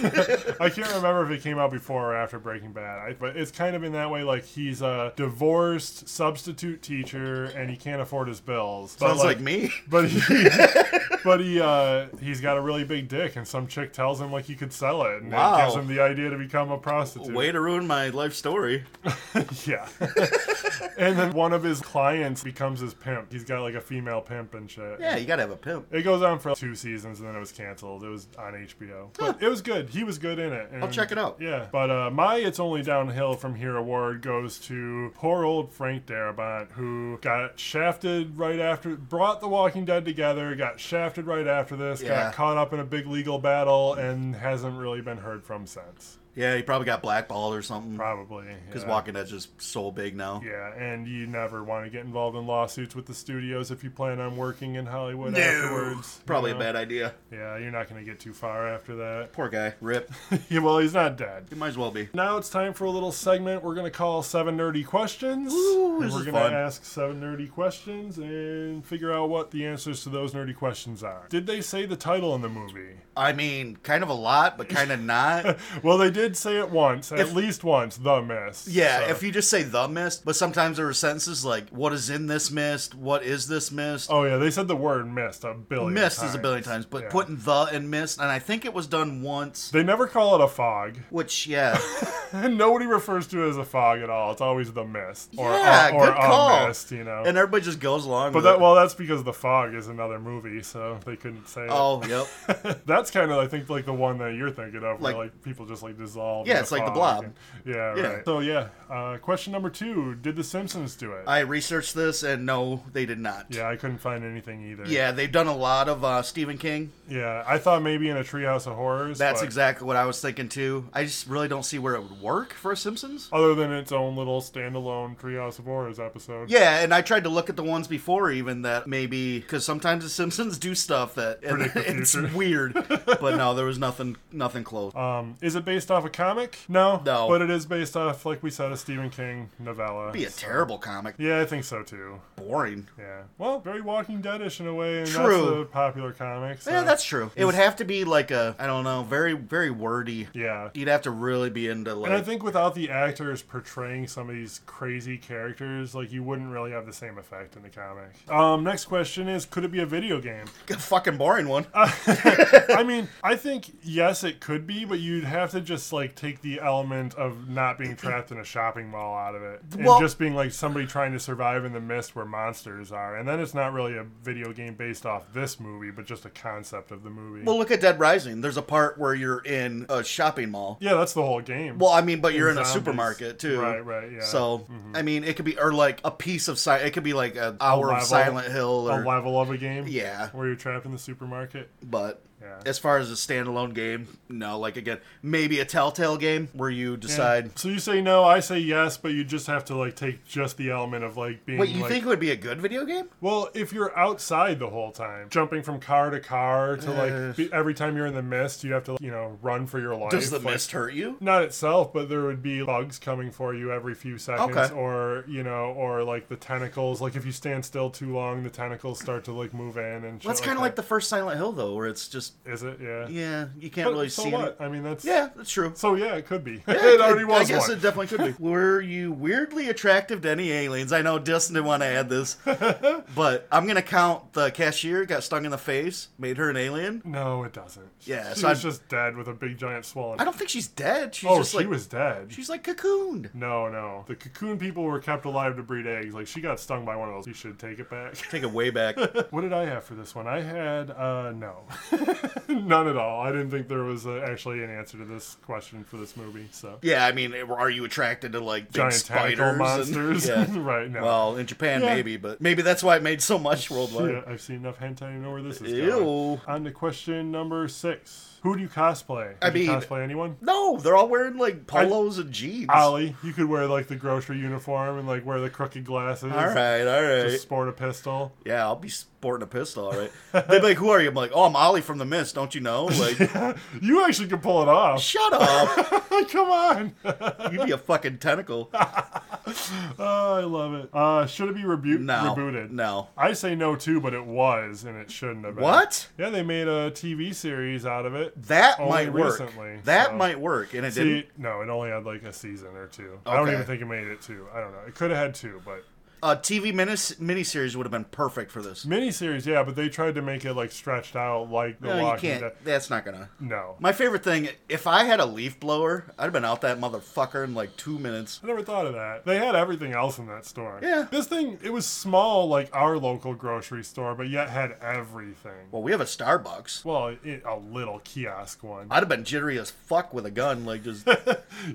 Speaker 2: I can't remember if it came out before or after Breaking Bad. I, but it's kind of in that way, like like he's a divorced substitute teacher and he can't afford his bills. But,
Speaker 1: Sounds like, me.
Speaker 2: But he, but he, uh, he's got a really big dick, and some chick tells him like he could sell it, and
Speaker 1: Wow.
Speaker 2: it gives him the idea to become a prostitute.
Speaker 1: Way to ruin my life story.
Speaker 2: Yeah. and then one of his clients becomes his pimp. He's got like a female pimp and shit.
Speaker 1: Yeah, you gotta have a pimp.
Speaker 2: It goes on for two seasons and then it was canceled. It was on HBO. But it was good. He was good in it.
Speaker 1: I'll check it out.
Speaker 2: Yeah. But uh, my It's Only Downhill from Here award goes to poor old Frank Darabont, who got shafted right after, brought The Walking Dead together, got shafted right after this,
Speaker 1: Yeah.
Speaker 2: got caught up in a big legal battle, and hasn't really been heard from since.
Speaker 1: Yeah, he probably got blackballed or something.
Speaker 2: Probably.
Speaker 1: Because
Speaker 2: yeah.
Speaker 1: Walking Dead's just so big now.
Speaker 2: Yeah, and you never want to get involved in lawsuits with the studios if you plan on working in Hollywood afterwards. you
Speaker 1: Probably
Speaker 2: know?
Speaker 1: a bad idea.
Speaker 2: Yeah, you're not going to get too far after that.
Speaker 1: Poor guy. Rip.
Speaker 2: Yeah, well, he's not dead.
Speaker 1: He might as well be.
Speaker 2: Now it's time for a little segment we're going to call Seven Nerdy Questions.
Speaker 1: Ooh,
Speaker 2: and
Speaker 1: this
Speaker 2: we're
Speaker 1: is
Speaker 2: gonna
Speaker 1: fun.
Speaker 2: ask seven nerdy questions and figure out what the answers to those nerdy questions are. Did they say the title in the movie?
Speaker 1: I mean, kind of a lot, but kind of not.
Speaker 2: Well, they did say it once, at
Speaker 1: If-
Speaker 2: least once, The Mist.
Speaker 1: Yeah,
Speaker 2: so-
Speaker 1: if you just say the mist, but sometimes there are sentences like, what is in this mist? What is this mist?
Speaker 2: Oh, yeah, they said the word mist a billion
Speaker 1: mist
Speaker 2: times.
Speaker 1: is a billion times, but
Speaker 2: Yeah.
Speaker 1: putting the and mist, and I think it was done once,
Speaker 2: They never call it a fog.
Speaker 1: which, yeah.
Speaker 2: And nobody refers to it as a fog at all. It's always the mist. Or, uh,
Speaker 1: yeah,
Speaker 2: or, or
Speaker 1: good call.
Speaker 2: a mist, you know.
Speaker 1: And everybody just goes along
Speaker 2: but
Speaker 1: with
Speaker 2: that
Speaker 1: it.
Speaker 2: well, that's because the fog is another movie, so they couldn't say.
Speaker 1: Oh, yep.
Speaker 2: it. that's kind of I think like the one that you're thinking of, where
Speaker 1: Like-
Speaker 2: like people just like dissolve.
Speaker 1: Yeah,
Speaker 2: in
Speaker 1: it's like The
Speaker 2: fog
Speaker 1: Blob.
Speaker 2: and- yeah,
Speaker 1: Yeah.
Speaker 2: right. So yeah, uh, question number two: Did the Simpsons do it?
Speaker 1: I researched this, and no, they did not.
Speaker 2: yeah, I couldn't find anything either.
Speaker 1: Yeah, they've done a lot of uh, Stephen King.
Speaker 2: yeah. I thought maybe in a Treehouse of Horrors.
Speaker 1: That's
Speaker 2: but
Speaker 1: exactly what I was thinking too. I just really don't see where it would work for a Simpsons.
Speaker 2: Other than its own little standalone Treehouse of Horrors episode.
Speaker 1: Yeah, and I tried to look at the ones before even that maybe because sometimes the Simpsons do stuff that and
Speaker 2: Predict the
Speaker 1: it's
Speaker 2: future.
Speaker 1: weird, but no, there was nothing nothing close.
Speaker 2: Um, is it based off a comic? No.
Speaker 1: No.
Speaker 2: But it is based off, like we said, a Stephen King novella.
Speaker 1: It'd be a
Speaker 2: so-
Speaker 1: terrible comic,
Speaker 2: Yeah, I think so too.
Speaker 1: boring.
Speaker 2: Yeah. Well, very Walking Deadish in a way, and that's
Speaker 1: True.
Speaker 2: the popular comic. So.
Speaker 1: Yeah, that's true. It would have to be like a I don't know, very very wordy.
Speaker 2: Yeah.
Speaker 1: You'd have to really be into like
Speaker 2: And I think without the actors portraying some of these crazy characters, like you wouldn't really have the same effect in the comic. Um, next question is, could it be a video game?
Speaker 1: a fucking boring one.
Speaker 2: I mean, I think yes, it could be, but you'd have to just like take the element of not being trapped in a shopping mall out of it, and
Speaker 1: Well-
Speaker 2: just being like somebody trying to survive in the mist where monsters are, and then it's not really a video game based off this movie, but just a concept of the movie.
Speaker 1: well, look at Dead Rising. There's a part where you're in a shopping mall.
Speaker 2: yeah, that's the whole game.
Speaker 1: Well, I mean, but you're in a
Speaker 2: And zombies.
Speaker 1: supermarket too,
Speaker 2: Right, right, yeah. Mm-hmm.
Speaker 1: So, I mean, it could be or like a piece of si- It could be like an hour
Speaker 2: level.
Speaker 1: of Silent Hill,
Speaker 2: a
Speaker 1: or
Speaker 2: level of a game.
Speaker 1: Yeah.
Speaker 2: where you're trapped in the supermarket.
Speaker 1: but
Speaker 2: Yeah.
Speaker 1: as far as a standalone game, no. Like again, maybe a Telltale game where you decide.
Speaker 2: So you say no, I say yes, but you just have to like take just the element of like being.
Speaker 1: Wait, you
Speaker 2: like,
Speaker 1: think it would be a good video game?
Speaker 2: Well, if you're outside the whole time, jumping from car to car to
Speaker 1: Ugh.
Speaker 2: like be, every time you're in the mist, you have to you know run for your life.
Speaker 1: Does the
Speaker 2: like,
Speaker 1: mist hurt you?
Speaker 2: Not itself, but there would be bugs coming for you every few seconds,
Speaker 1: Okay.
Speaker 2: or you know, or like the tentacles. Like if you stand still too long, the tentacles start to like move in and. Shit
Speaker 1: That's kind of like
Speaker 2: like
Speaker 1: the first Silent Hill though, where it's just
Speaker 2: the. Is it? Yeah.
Speaker 1: yeah, you can't
Speaker 2: But
Speaker 1: really
Speaker 2: so
Speaker 1: see.
Speaker 2: what?
Speaker 1: Any-
Speaker 2: I mean, that's.
Speaker 1: yeah, that's true.
Speaker 2: So yeah, it could be.
Speaker 1: Yeah,
Speaker 2: it already was
Speaker 1: I guess
Speaker 2: one.
Speaker 1: it definitely could be. Were you weirdly attractive to any aliens? I know Dustin didn't want to add this, but I'm gonna count the cashier got stung in the face, made her an alien.
Speaker 2: No, it doesn't.
Speaker 1: Yeah,
Speaker 2: she
Speaker 1: so
Speaker 2: was
Speaker 1: I-
Speaker 2: just dead with a big giant swollen.
Speaker 1: I don't think she's dead. She's
Speaker 2: oh,
Speaker 1: just
Speaker 2: she
Speaker 1: like
Speaker 2: was dead.
Speaker 1: she's like cocooned.
Speaker 2: No, no. The cocoon people were kept alive to breed eggs. Like she got stung by one of those. You should take it back.
Speaker 1: Take it way back.
Speaker 2: what did I have for this one? I had uh no. None at all. I didn't think there was uh, actually an answer to this question for this movie. So
Speaker 1: yeah, I mean, eh, are you attracted to like big
Speaker 2: giant tentacle
Speaker 1: spiders?
Speaker 2: monsters.
Speaker 1: And, yeah.
Speaker 2: right now.
Speaker 1: Well, in Japan
Speaker 2: Yeah.
Speaker 1: maybe, but maybe that's why it made so much
Speaker 2: yeah,
Speaker 1: worldwide.
Speaker 2: I've seen enough hentai to know where this is
Speaker 1: Ew.
Speaker 2: going. On to question number six. Who do you cosplay?
Speaker 1: I
Speaker 2: Did you
Speaker 1: mean-
Speaker 2: cosplay anyone?
Speaker 1: No, they're all wearing like polos and jeans.
Speaker 2: Ollie, you could wear like the grocery uniform and like wear the crooked glasses.
Speaker 1: all right, all right.
Speaker 2: Just sport a pistol.
Speaker 1: yeah, I'll be sporting a pistol, all right. They'd be like, who are you? I'm like, oh, I'm Ollie from The Mist, don't you know? Like,
Speaker 2: You actually could pull it off.
Speaker 1: shut up.
Speaker 2: Come on.
Speaker 1: You'd be a fucking tentacle.
Speaker 2: Oh, I love it. Uh, should it be rebu-
Speaker 1: No.
Speaker 2: rebooted?
Speaker 1: No.
Speaker 2: I say no too, but it was, and it shouldn't have been.
Speaker 1: What?
Speaker 2: Yeah, they made a TV series out of it.
Speaker 1: That
Speaker 2: Only
Speaker 1: might work.
Speaker 2: recently,
Speaker 1: that
Speaker 2: so.
Speaker 1: might work, and it didn't.
Speaker 2: See, no, it only had like a season or two. I don't
Speaker 1: Okay.
Speaker 2: even think it made it two. I don't know. It could have had two, but
Speaker 1: A TV minis- miniseries would have been perfect for this.
Speaker 2: miniseries, yeah. But they tried to make it like stretched out, like The
Speaker 1: No, you
Speaker 2: Walking
Speaker 1: can't.
Speaker 2: Dead.
Speaker 1: That's not gonna.
Speaker 2: No,
Speaker 1: My favorite thing, if I had a leaf blower, I'd have been out that motherfucker in like two minutes.
Speaker 2: I never thought of that. They had everything else in that store.
Speaker 1: Yeah.
Speaker 2: This thing, it was small, like our local grocery store, but yet had everything.
Speaker 1: Well, we have a Starbucks.
Speaker 2: Well, it, a little kiosk one.
Speaker 1: I'd have been jittery as fuck with a gun, like just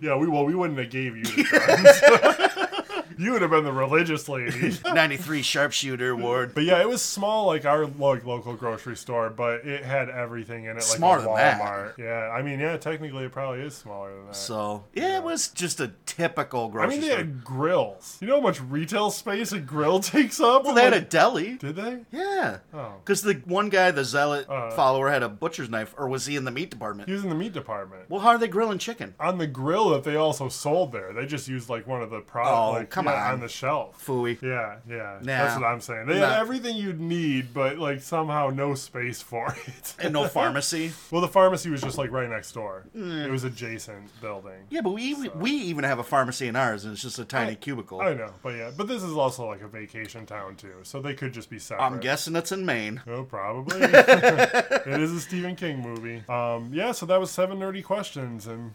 Speaker 2: Yeah, we well, we wouldn't have gave you the guns. you would have been the religious lady.
Speaker 1: 93 sharpshooter ward.
Speaker 2: But yeah, it was small, like our like local grocery store, but it had everything in it, like
Speaker 1: Smaller
Speaker 2: a
Speaker 1: than that.
Speaker 2: Walmart. Yeah, I mean, yeah, technically it probably is smaller than that.
Speaker 1: So yeah, it was just a typical
Speaker 2: I
Speaker 1: grocery
Speaker 2: mean, they
Speaker 1: store.
Speaker 2: had grills. You know how much retail space a grill takes up?
Speaker 1: well, they had a
Speaker 2: Like,
Speaker 1: deli.
Speaker 2: did they?
Speaker 1: Yeah.
Speaker 2: Oh.
Speaker 1: Because the one guy, the zealot
Speaker 2: Uh.
Speaker 1: follower, had a butcher's knife, or was he in the meat department?
Speaker 2: He was in the meat department.
Speaker 1: well, how are they grilling chicken?
Speaker 2: on the grill that they also sold there. They just used like one of the products
Speaker 1: Oh,
Speaker 2: like,
Speaker 1: come
Speaker 2: yeah,
Speaker 1: on.
Speaker 2: the shelf.
Speaker 1: Fooey.
Speaker 2: Yeah, yeah.
Speaker 1: Nah.
Speaker 2: That's what I'm saying. They
Speaker 1: Nah.
Speaker 2: had everything you'd need, but like somehow no space for it.
Speaker 1: And no pharmacy. Mm.
Speaker 2: well, the pharmacy was just like right next door. It was adjacent building.
Speaker 1: Yeah, but we we even have a pharmacy in ours, and it's just a tiny cubicle.
Speaker 2: I know, but yeah, but this is also like a vacation town too, so they could just be separate.
Speaker 1: I'm guessing it's in Maine.
Speaker 2: Oh, probably. it is a Stephen King movie. Um, yeah, so that was seven nerdy questions, and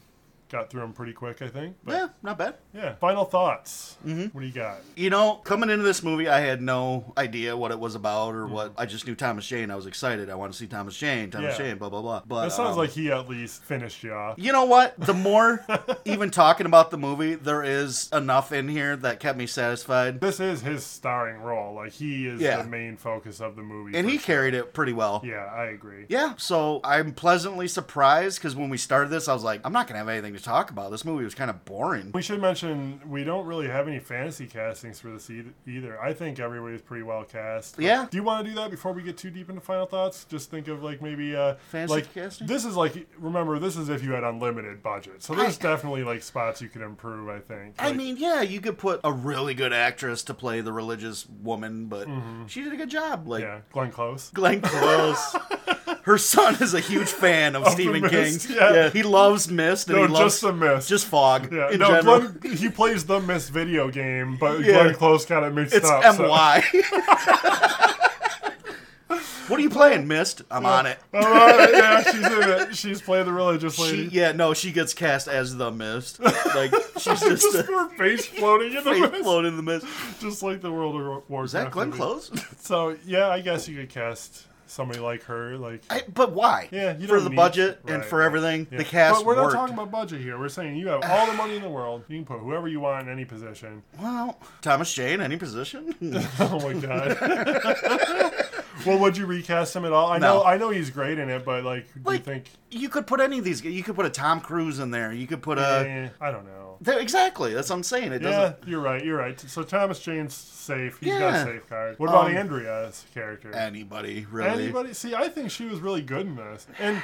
Speaker 2: got through them pretty quick, I think. But
Speaker 1: Yeah, Mm-hmm. not bad.
Speaker 2: yeah, final thoughts. What do you got?
Speaker 1: You know, coming into this movie, I had no idea what it was about or what. I just knew Thomas Jane. I was excited. I want to see Thomas Jane. Thomas
Speaker 2: Yeah.
Speaker 1: Jane. Blah blah blah. But
Speaker 2: That sounds
Speaker 1: um,
Speaker 2: like he at least finished you off.
Speaker 1: You know what? The more even talking about the movie, there is enough in here that kept me satisfied.
Speaker 2: This is his starring role. Like he is
Speaker 1: Yeah.
Speaker 2: the main focus of the movie.
Speaker 1: And
Speaker 2: for
Speaker 1: he
Speaker 2: sure.
Speaker 1: carried it pretty well.
Speaker 2: Yeah, I agree.
Speaker 1: Yeah, so I'm pleasantly surprised because when we started this, I was like, I'm not going to have anything to talk about. This movie was kind of boring.
Speaker 2: We should mention we don't really have any fantasy castings for this eith- either. I think everybody's pretty well cast. But
Speaker 1: Yeah.
Speaker 2: Do you want to do that before we get too deep into final thoughts? Just think of like maybe uh
Speaker 1: Fantasy
Speaker 2: like,
Speaker 1: casting?
Speaker 2: This is like remember this is if you had unlimited budget. So there's
Speaker 1: I-
Speaker 2: definitely like spots you could improve. I think.
Speaker 1: I
Speaker 2: Like,
Speaker 1: mean, yeah, you could put a really good actress to play the religious woman, but she did a good job. Like,
Speaker 2: Mm-hmm. yeah, Glenn Close.
Speaker 1: Glenn Close. Her son is a huge fan of Stephen King.
Speaker 2: Mist, yeah.
Speaker 1: he loves Mist and
Speaker 2: No,
Speaker 1: he loves
Speaker 2: just the mist.
Speaker 1: just fog
Speaker 2: Yeah,
Speaker 1: in
Speaker 2: no,
Speaker 1: general.
Speaker 2: Glenn, he plays the Miss video game, but
Speaker 1: Yeah.
Speaker 2: Glenn Close got it mixed
Speaker 1: It's
Speaker 2: up. so-
Speaker 1: MY. what are you playing, Mist? I'm on it.
Speaker 2: All right, Oh, yeah, she's in it. She's playing the religious
Speaker 1: She,
Speaker 2: lady.
Speaker 1: yeah, no, she gets cast as the Mist. Like she's just,
Speaker 2: just
Speaker 1: a
Speaker 2: her face floating in the
Speaker 1: face
Speaker 2: mist,
Speaker 1: floating in the mist.
Speaker 2: just like the World of War- Warcraft.
Speaker 1: Is that Glenn
Speaker 2: movie.
Speaker 1: Close?
Speaker 2: So yeah, I guess you could cast somebody like her, like.
Speaker 1: I, but why?
Speaker 2: yeah, you
Speaker 1: for
Speaker 2: don't
Speaker 1: the
Speaker 2: need-
Speaker 1: budget and
Speaker 2: right,
Speaker 1: for
Speaker 2: right.
Speaker 1: everything,
Speaker 2: Yeah.
Speaker 1: the cast.
Speaker 2: But we're not
Speaker 1: worked.
Speaker 2: talking about budget here. We're saying you have all the money in the world. You can put whoever you want in any position.
Speaker 1: Well, Thomas Jane, any position?
Speaker 2: Oh my god. well, would you recast him at all? I know,
Speaker 1: No.
Speaker 2: I know he's great in it, but like, do
Speaker 1: Like,
Speaker 2: you think?
Speaker 1: you could put any of these. You could put a Tom Cruise in there. You could put a.
Speaker 2: eh, I don't know.
Speaker 1: Th- Exactly. That's what I'm saying. It
Speaker 2: Yeah,
Speaker 1: uh, doesn't.
Speaker 2: you're right. You're right. So Thomas Jane's safe. He's got
Speaker 1: Yeah.
Speaker 2: a safe card. What about
Speaker 1: Um,
Speaker 2: Andrea's character?
Speaker 1: Anybody really?
Speaker 2: Anybody? See, I think she was really good in this. And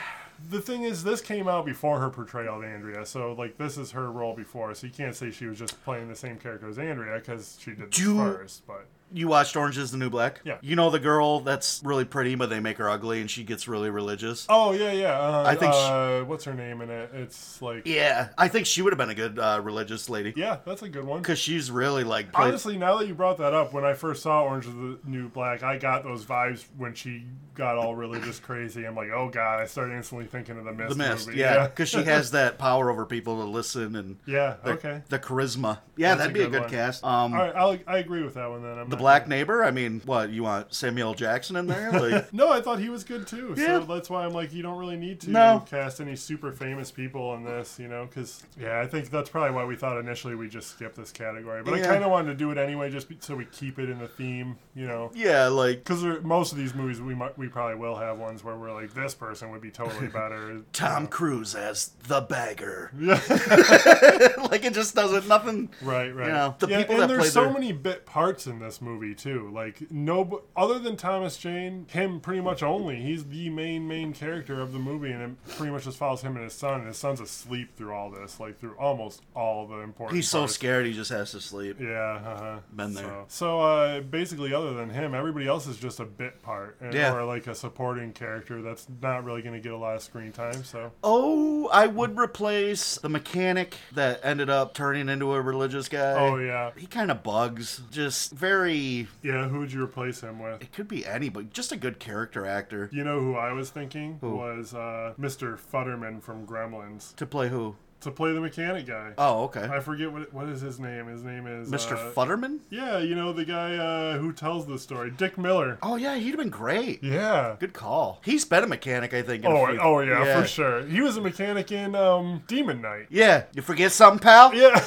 Speaker 2: the thing is, this came out before her portrayal of Andrea, so like this is her role before. So you can't say she was just playing the same character as Andrea because she did this
Speaker 1: Do-
Speaker 2: first. But
Speaker 1: You watched Orange Is the New Black.
Speaker 2: Yeah.
Speaker 1: You know the girl that's really pretty, but they make her ugly, and she gets really religious.
Speaker 2: oh yeah, yeah. Uh,
Speaker 1: I think she-
Speaker 2: uh, what's her name in it? It's like yeah,
Speaker 1: Yeah, I think she would have been a good uh, religious lady
Speaker 2: that's a good one.
Speaker 1: because she's really like. played-
Speaker 2: Honestly, now that you brought that up, when I first saw Orange is the New Black, I got those vibes when she got all religious crazy. I'm like, oh god, I started instantly thinking of the Mist.
Speaker 1: the mist,
Speaker 2: movie.
Speaker 1: yeah, because she has that power over people to listen and
Speaker 2: yeah,
Speaker 1: the,
Speaker 2: okay.
Speaker 1: the charisma. Yeah,
Speaker 2: That's
Speaker 1: that'd
Speaker 2: a
Speaker 1: be a
Speaker 2: good
Speaker 1: good
Speaker 2: one.
Speaker 1: cast. Um,
Speaker 2: All right, I'll, I agree with that one then. I'm
Speaker 1: the
Speaker 2: not-
Speaker 1: black neighbor. I mean, what you want Samuel Jackson in there? Like,
Speaker 2: No, I thought he was good too.
Speaker 1: Yeah.
Speaker 2: So that's why I'm like, you don't really need to
Speaker 1: No.
Speaker 2: cast any super famous people in this, you know? Because, yeah, I think that's probably why we thought initially we just skip this category. But I
Speaker 1: Yeah.
Speaker 2: kind of wanted to do it anyway just be- so we keep it in the theme, you know?
Speaker 1: yeah, like
Speaker 2: Because most of these movies, we might, we probably will have ones where we're like, this person would be totally better.
Speaker 1: Tom Cruise as the bagger.
Speaker 2: Yeah.
Speaker 1: like it just doesn't nothing.
Speaker 2: Right, right.
Speaker 1: You know, the
Speaker 2: yeah,
Speaker 1: people
Speaker 2: and
Speaker 1: that
Speaker 2: there's
Speaker 1: play
Speaker 2: so
Speaker 1: their-
Speaker 2: many bit parts in this movie too. Like no, other than Thomas Jane, him pretty much only. He's the main main character of the movie, and it pretty much just follows him and his son. And his son's asleep through all this, like through almost all the important.
Speaker 1: He's so
Speaker 2: parts.
Speaker 1: scared he just has to sleep.
Speaker 2: Yeah, uh-huh.
Speaker 1: Been there.
Speaker 2: So, so, uh, basically, other than him, everybody else is just a bit part, and,
Speaker 1: Yeah.
Speaker 2: or like a supporting character that's not really going to get a lot of screen time. So
Speaker 1: Oh, I would replace the mechanic that ended up turning into a religious guy.
Speaker 2: Oh, yeah.
Speaker 1: He kind of bugs. Just very.
Speaker 2: yeah, who would you replace him with?
Speaker 1: It could be anybody. Just a good character actor.
Speaker 2: You know who I was thinking was uh, Mr. Futterman from Gremlins
Speaker 1: To play who?
Speaker 2: to play the mechanic guy.
Speaker 1: Oh, okay.
Speaker 2: I forget what what is his name. His name is
Speaker 1: Mr.
Speaker 2: uh,
Speaker 1: Futterman?
Speaker 2: Yeah, you know the guy uh, who tells the story, Dick Miller.
Speaker 1: Oh, yeah, he'd have been great.
Speaker 2: Yeah.
Speaker 1: Good call. He's been a mechanic, I think. in a
Speaker 2: Oh,
Speaker 1: few-
Speaker 2: oh yeah, for sure. He was a mechanic in um, Demon Knight.
Speaker 1: Yeah, you forget something, pal?
Speaker 2: Yeah.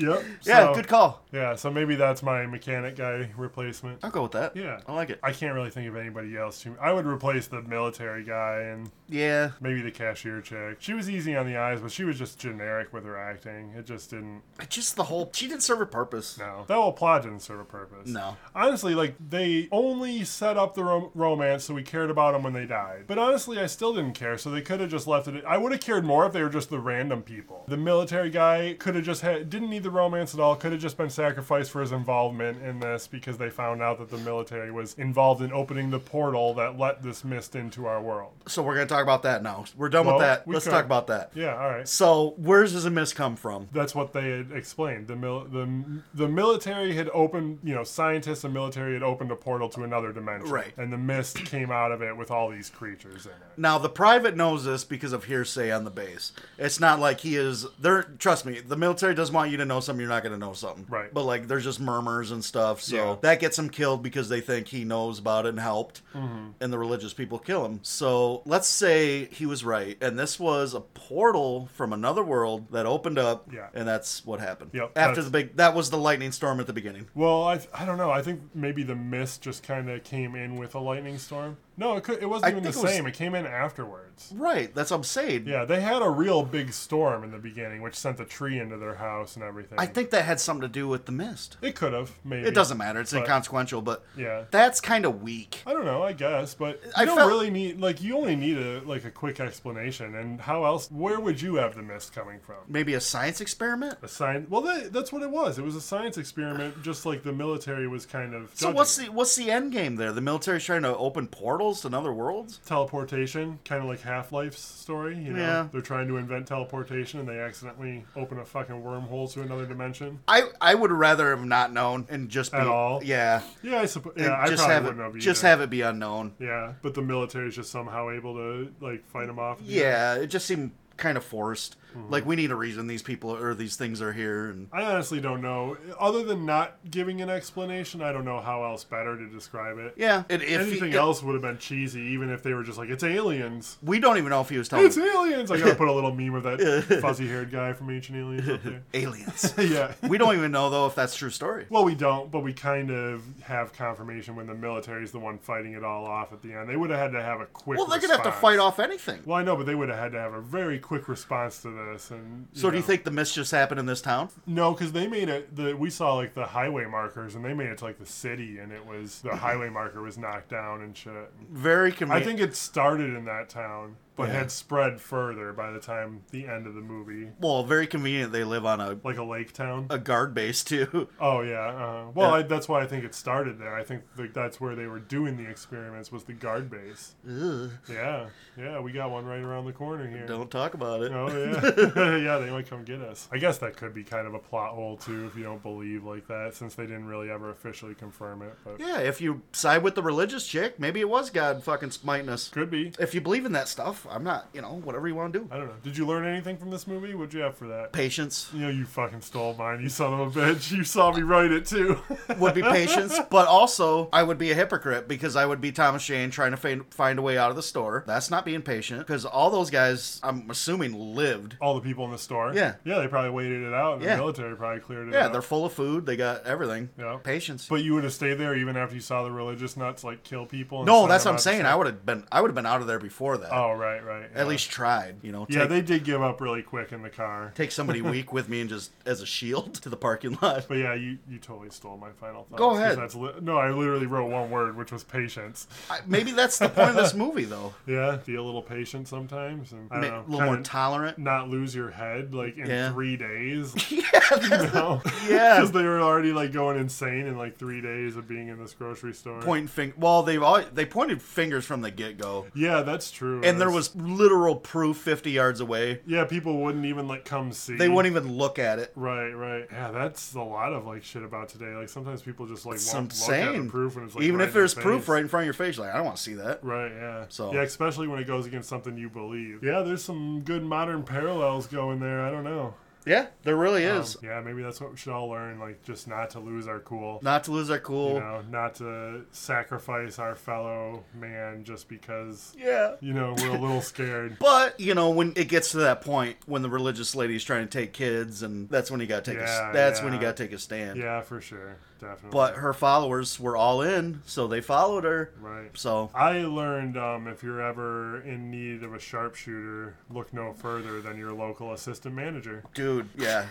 Speaker 2: yep.
Speaker 1: Yeah,
Speaker 2: so-
Speaker 1: good call.
Speaker 2: Yeah, so maybe that's my mechanic guy replacement.
Speaker 1: I'll go with that.
Speaker 2: Yeah.
Speaker 1: I like it.
Speaker 2: I can't really think of anybody else. Who, I would replace the military guy and
Speaker 1: Yeah.
Speaker 2: maybe the cashier chick. She was easy on the eyes, but she was just generic with her acting. It just didn't.
Speaker 1: Just the whole. She didn't serve a purpose.
Speaker 2: No, that whole plot didn't serve a purpose.
Speaker 1: No.
Speaker 2: honestly, like they only set up the rom- romance so we cared about them when they died. But honestly, I still didn't care. So they could have just left it. I would have cared more if they were just the random people. The military guy could have just had didn't need the romance at all. Could have just been sacrificed for his involvement in this because they found out that the military was involved in opening the portal that let this mist into our world.
Speaker 1: So we're going to talk about that now. We're done
Speaker 2: Well,
Speaker 1: with that.
Speaker 2: we
Speaker 1: Let's
Speaker 2: could.
Speaker 1: talk about that.
Speaker 2: Yeah, all right.
Speaker 1: So, where does the miss come from?
Speaker 2: that's what they had explained. The mil- the the military had opened, you know, scientists and military had opened a portal to another dimension,
Speaker 1: Right.
Speaker 2: And the mist came out of it with all these creatures in it.
Speaker 1: Now, the private knows this because of hearsay on the base. It's not like he is. There, trust me, the military doesn't want you to know something. You're not going to know something,
Speaker 2: Right.
Speaker 1: But like, there's just murmurs and stuff. So
Speaker 2: Yeah.
Speaker 1: that gets him killed because they think he knows about it and helped,
Speaker 2: Mm-hmm.
Speaker 1: and the religious people kill him. So let's say he was right, and this was a portal from another world that opened up,
Speaker 2: Yeah.
Speaker 1: and that's what happened.
Speaker 2: Yep,
Speaker 1: After
Speaker 2: that's-
Speaker 1: the big, that was the lightning storm at the beginning.
Speaker 2: Well, I, I don't know. I think maybe the mist just kind of came in with a lightning storm. No, it could, it wasn't
Speaker 1: I
Speaker 2: even the
Speaker 1: think it was-
Speaker 2: same. It came in afterwards.
Speaker 1: Right. That's what I'm saying.
Speaker 2: Yeah, they had a real big storm in the beginning, which sent the tree into their house and everything.
Speaker 1: I think that had something to do with the mist.
Speaker 2: it could have maybe.
Speaker 1: It doesn't matter. It's
Speaker 2: But-
Speaker 1: inconsequential, but
Speaker 2: Yeah.
Speaker 1: that's kind of weak.
Speaker 2: I don't know. I guess, but you
Speaker 1: I
Speaker 2: don't
Speaker 1: felt-
Speaker 2: really need like you only need a like a quick explanation. And how else? Where would you have the mist coming from?
Speaker 1: Maybe a science experiment.
Speaker 2: A science? Well, that, that's what it was. It was a science experiment, just like the military was kind of.
Speaker 1: So
Speaker 2: judging
Speaker 1: what's
Speaker 2: it.
Speaker 1: the what's the end game there? The military's trying to open portals to other worlds.
Speaker 2: teleportation? Kind of like Half Life's story. You know,
Speaker 1: Yeah.
Speaker 2: they're trying to invent teleportation, and they accidentally open a fucking wormhole to another dimension.
Speaker 1: I I would rather have not known and just be
Speaker 2: At all?
Speaker 1: Yeah,
Speaker 2: Yeah, I suppose.
Speaker 1: And
Speaker 2: Yeah, I
Speaker 1: just
Speaker 2: probably
Speaker 1: have
Speaker 2: wouldn't
Speaker 1: it
Speaker 2: have.
Speaker 1: just
Speaker 2: either.
Speaker 1: have it be unknown.
Speaker 2: Yeah, but the military's just somehow able to like fight them off.
Speaker 1: Yeah, it just seemed kind of forced.
Speaker 2: Mm-hmm.
Speaker 1: Like we need a reason these people or these things are here. And
Speaker 2: I honestly don't know. Other than not giving an explanation, I don't know how else better to describe it.
Speaker 1: yeah, and if he-
Speaker 2: Anything
Speaker 1: it-
Speaker 2: else would have been cheesy, even if they were just like, "It's aliens,
Speaker 1: we don't even know if he was telling
Speaker 2: it's aliens." I gotta put a little meme of that fuzzy-haired guy from Ancient Aliens up there.
Speaker 1: aliens.
Speaker 2: yeah.
Speaker 1: we don't even know though if that's a true story.
Speaker 2: Well, we don't, but we kind of have confirmation when the military's the one fighting it all off at the end. They would have had to have a quick.
Speaker 1: Well, they're gonna have to
Speaker 2: response.
Speaker 1: fight off anything.
Speaker 2: Well, I know, but they would have had to have a very quick response to this. And
Speaker 1: So do you
Speaker 2: know.
Speaker 1: think the mist just happened in this town?
Speaker 2: No, because they made it. The we saw like the highway markers, and they made it to like the city, and it was the highway marker was knocked down and shit.
Speaker 1: Very
Speaker 2: I
Speaker 1: convenient.
Speaker 2: think it started in that town, but
Speaker 1: Yeah.
Speaker 2: had spread further by the time the end of the movie,
Speaker 1: Well, very convenient. They live on a
Speaker 2: like a lake town.
Speaker 1: a guard base too.
Speaker 2: oh yeah. Uh, well, I, that's why I think it started there. I think like that's where they were doing the experiments was the guard base.
Speaker 1: Ugh,
Speaker 2: Yeah, yeah. We got one right around the corner here.
Speaker 1: don't talk about it.
Speaker 2: Oh yeah, yeah. They might come get us. I guess that could be kind of a plot hole too, if you don't believe like that, since they didn't really ever officially confirm it. But
Speaker 1: Yeah, if you side with the religious chick, maybe it was God fucking smiting us.
Speaker 2: could be.
Speaker 1: If you believe in that stuff, I'm not. You know, whatever you want to do.
Speaker 2: I don't know. Did you learn anything from this movie? What'd you have for that?
Speaker 1: Patience
Speaker 2: You know, you fucking stole mine, you son of a bitch. You saw me write it too.
Speaker 1: would be patience, but also I would be a hypocrite because I would be Thomas Shane trying to find, find a way out of the store. That's not being patient because all those guys, I'm assuming, lived.
Speaker 2: All the people in the store.
Speaker 1: Yeah.
Speaker 2: Yeah, they probably waited it out, and
Speaker 1: Yeah.
Speaker 2: the military probably cleared it
Speaker 1: Yeah,
Speaker 2: out.
Speaker 1: they're full of food. They got everything.
Speaker 2: Yeah.
Speaker 1: Patience.
Speaker 2: But you would have stayed there even after you saw the religious nuts like kill people. And
Speaker 1: no,
Speaker 2: send
Speaker 1: that's
Speaker 2: them
Speaker 1: what I'm
Speaker 2: out to
Speaker 1: saying.
Speaker 2: sell-
Speaker 1: I would have been. I would have been out of there before that.
Speaker 2: Oh right, right, right. yeah.
Speaker 1: At least tried, you know.
Speaker 2: Yeah,
Speaker 1: take-
Speaker 2: they did give up really quick in the car.
Speaker 1: take somebody weak with me and just as a shield to the parking lot.
Speaker 2: But yeah, you, you totally stole my final thought.
Speaker 1: Go ahead.
Speaker 2: That's li- no, I literally wrote one word, which was patience.
Speaker 1: I, maybe that's the point of this movie, though.
Speaker 2: Yeah, be a little patient sometimes, and I
Speaker 1: Ma- a
Speaker 2: don't know,
Speaker 1: little
Speaker 2: kinda
Speaker 1: more tolerant.
Speaker 2: not lose your head like in
Speaker 1: Yeah.
Speaker 2: three days.
Speaker 1: yeah,
Speaker 2: You
Speaker 1: that's
Speaker 2: know?
Speaker 1: Yeah.
Speaker 2: because they were already like going insane in like three days of being in this grocery store.
Speaker 1: pointing finger. Well, they've all they pointed fingers from the get go,
Speaker 2: Yeah, that's true.
Speaker 1: and there
Speaker 2: That's-
Speaker 1: was literal proof fifty yards away.
Speaker 2: yeah, people wouldn't even like come see.
Speaker 1: They wouldn't even look at it.
Speaker 2: Right, right. Yeah, that's a lot of like shit about today. Like sometimes people just like
Speaker 1: It's
Speaker 2: won't look at the
Speaker 1: insane.
Speaker 2: proof when it's like
Speaker 1: Even
Speaker 2: right
Speaker 1: if there's
Speaker 2: in their
Speaker 1: proof
Speaker 2: face.
Speaker 1: right in front of your face, you're like I don't want to see that.
Speaker 2: Right, yeah.
Speaker 1: So-
Speaker 2: yeah, especially when it goes against something you believe. Yeah, there's some good modern parallels going there. I don't know.
Speaker 1: Yeah, there really
Speaker 2: Um,
Speaker 1: is.
Speaker 2: yeah, maybe that's what we should all learn, like just not to lose our cool.
Speaker 1: Not to lose our cool.
Speaker 2: You know, not to sacrifice our fellow man just because
Speaker 1: Yeah.
Speaker 2: you know we're a little scared.
Speaker 1: But you know, when it gets to that point, when the religious lady's trying to take kids, and that's when you got to take
Speaker 2: Yeah,
Speaker 1: a, that's when you
Speaker 2: yeah.
Speaker 1: got to take a stand.
Speaker 2: Yeah, for sure, definitely.
Speaker 1: But her followers were all in, so they followed her.
Speaker 2: right.
Speaker 1: So
Speaker 2: I learned um, if you're ever in need of a sharpshooter, look no further than your local assistant manager.
Speaker 1: Dude, yeah.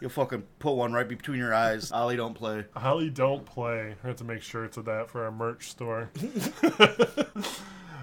Speaker 1: You'll fucking put one right between your eyes. Ollie don't play.
Speaker 2: Holly don't play. I have to make shirts of that for our merch store.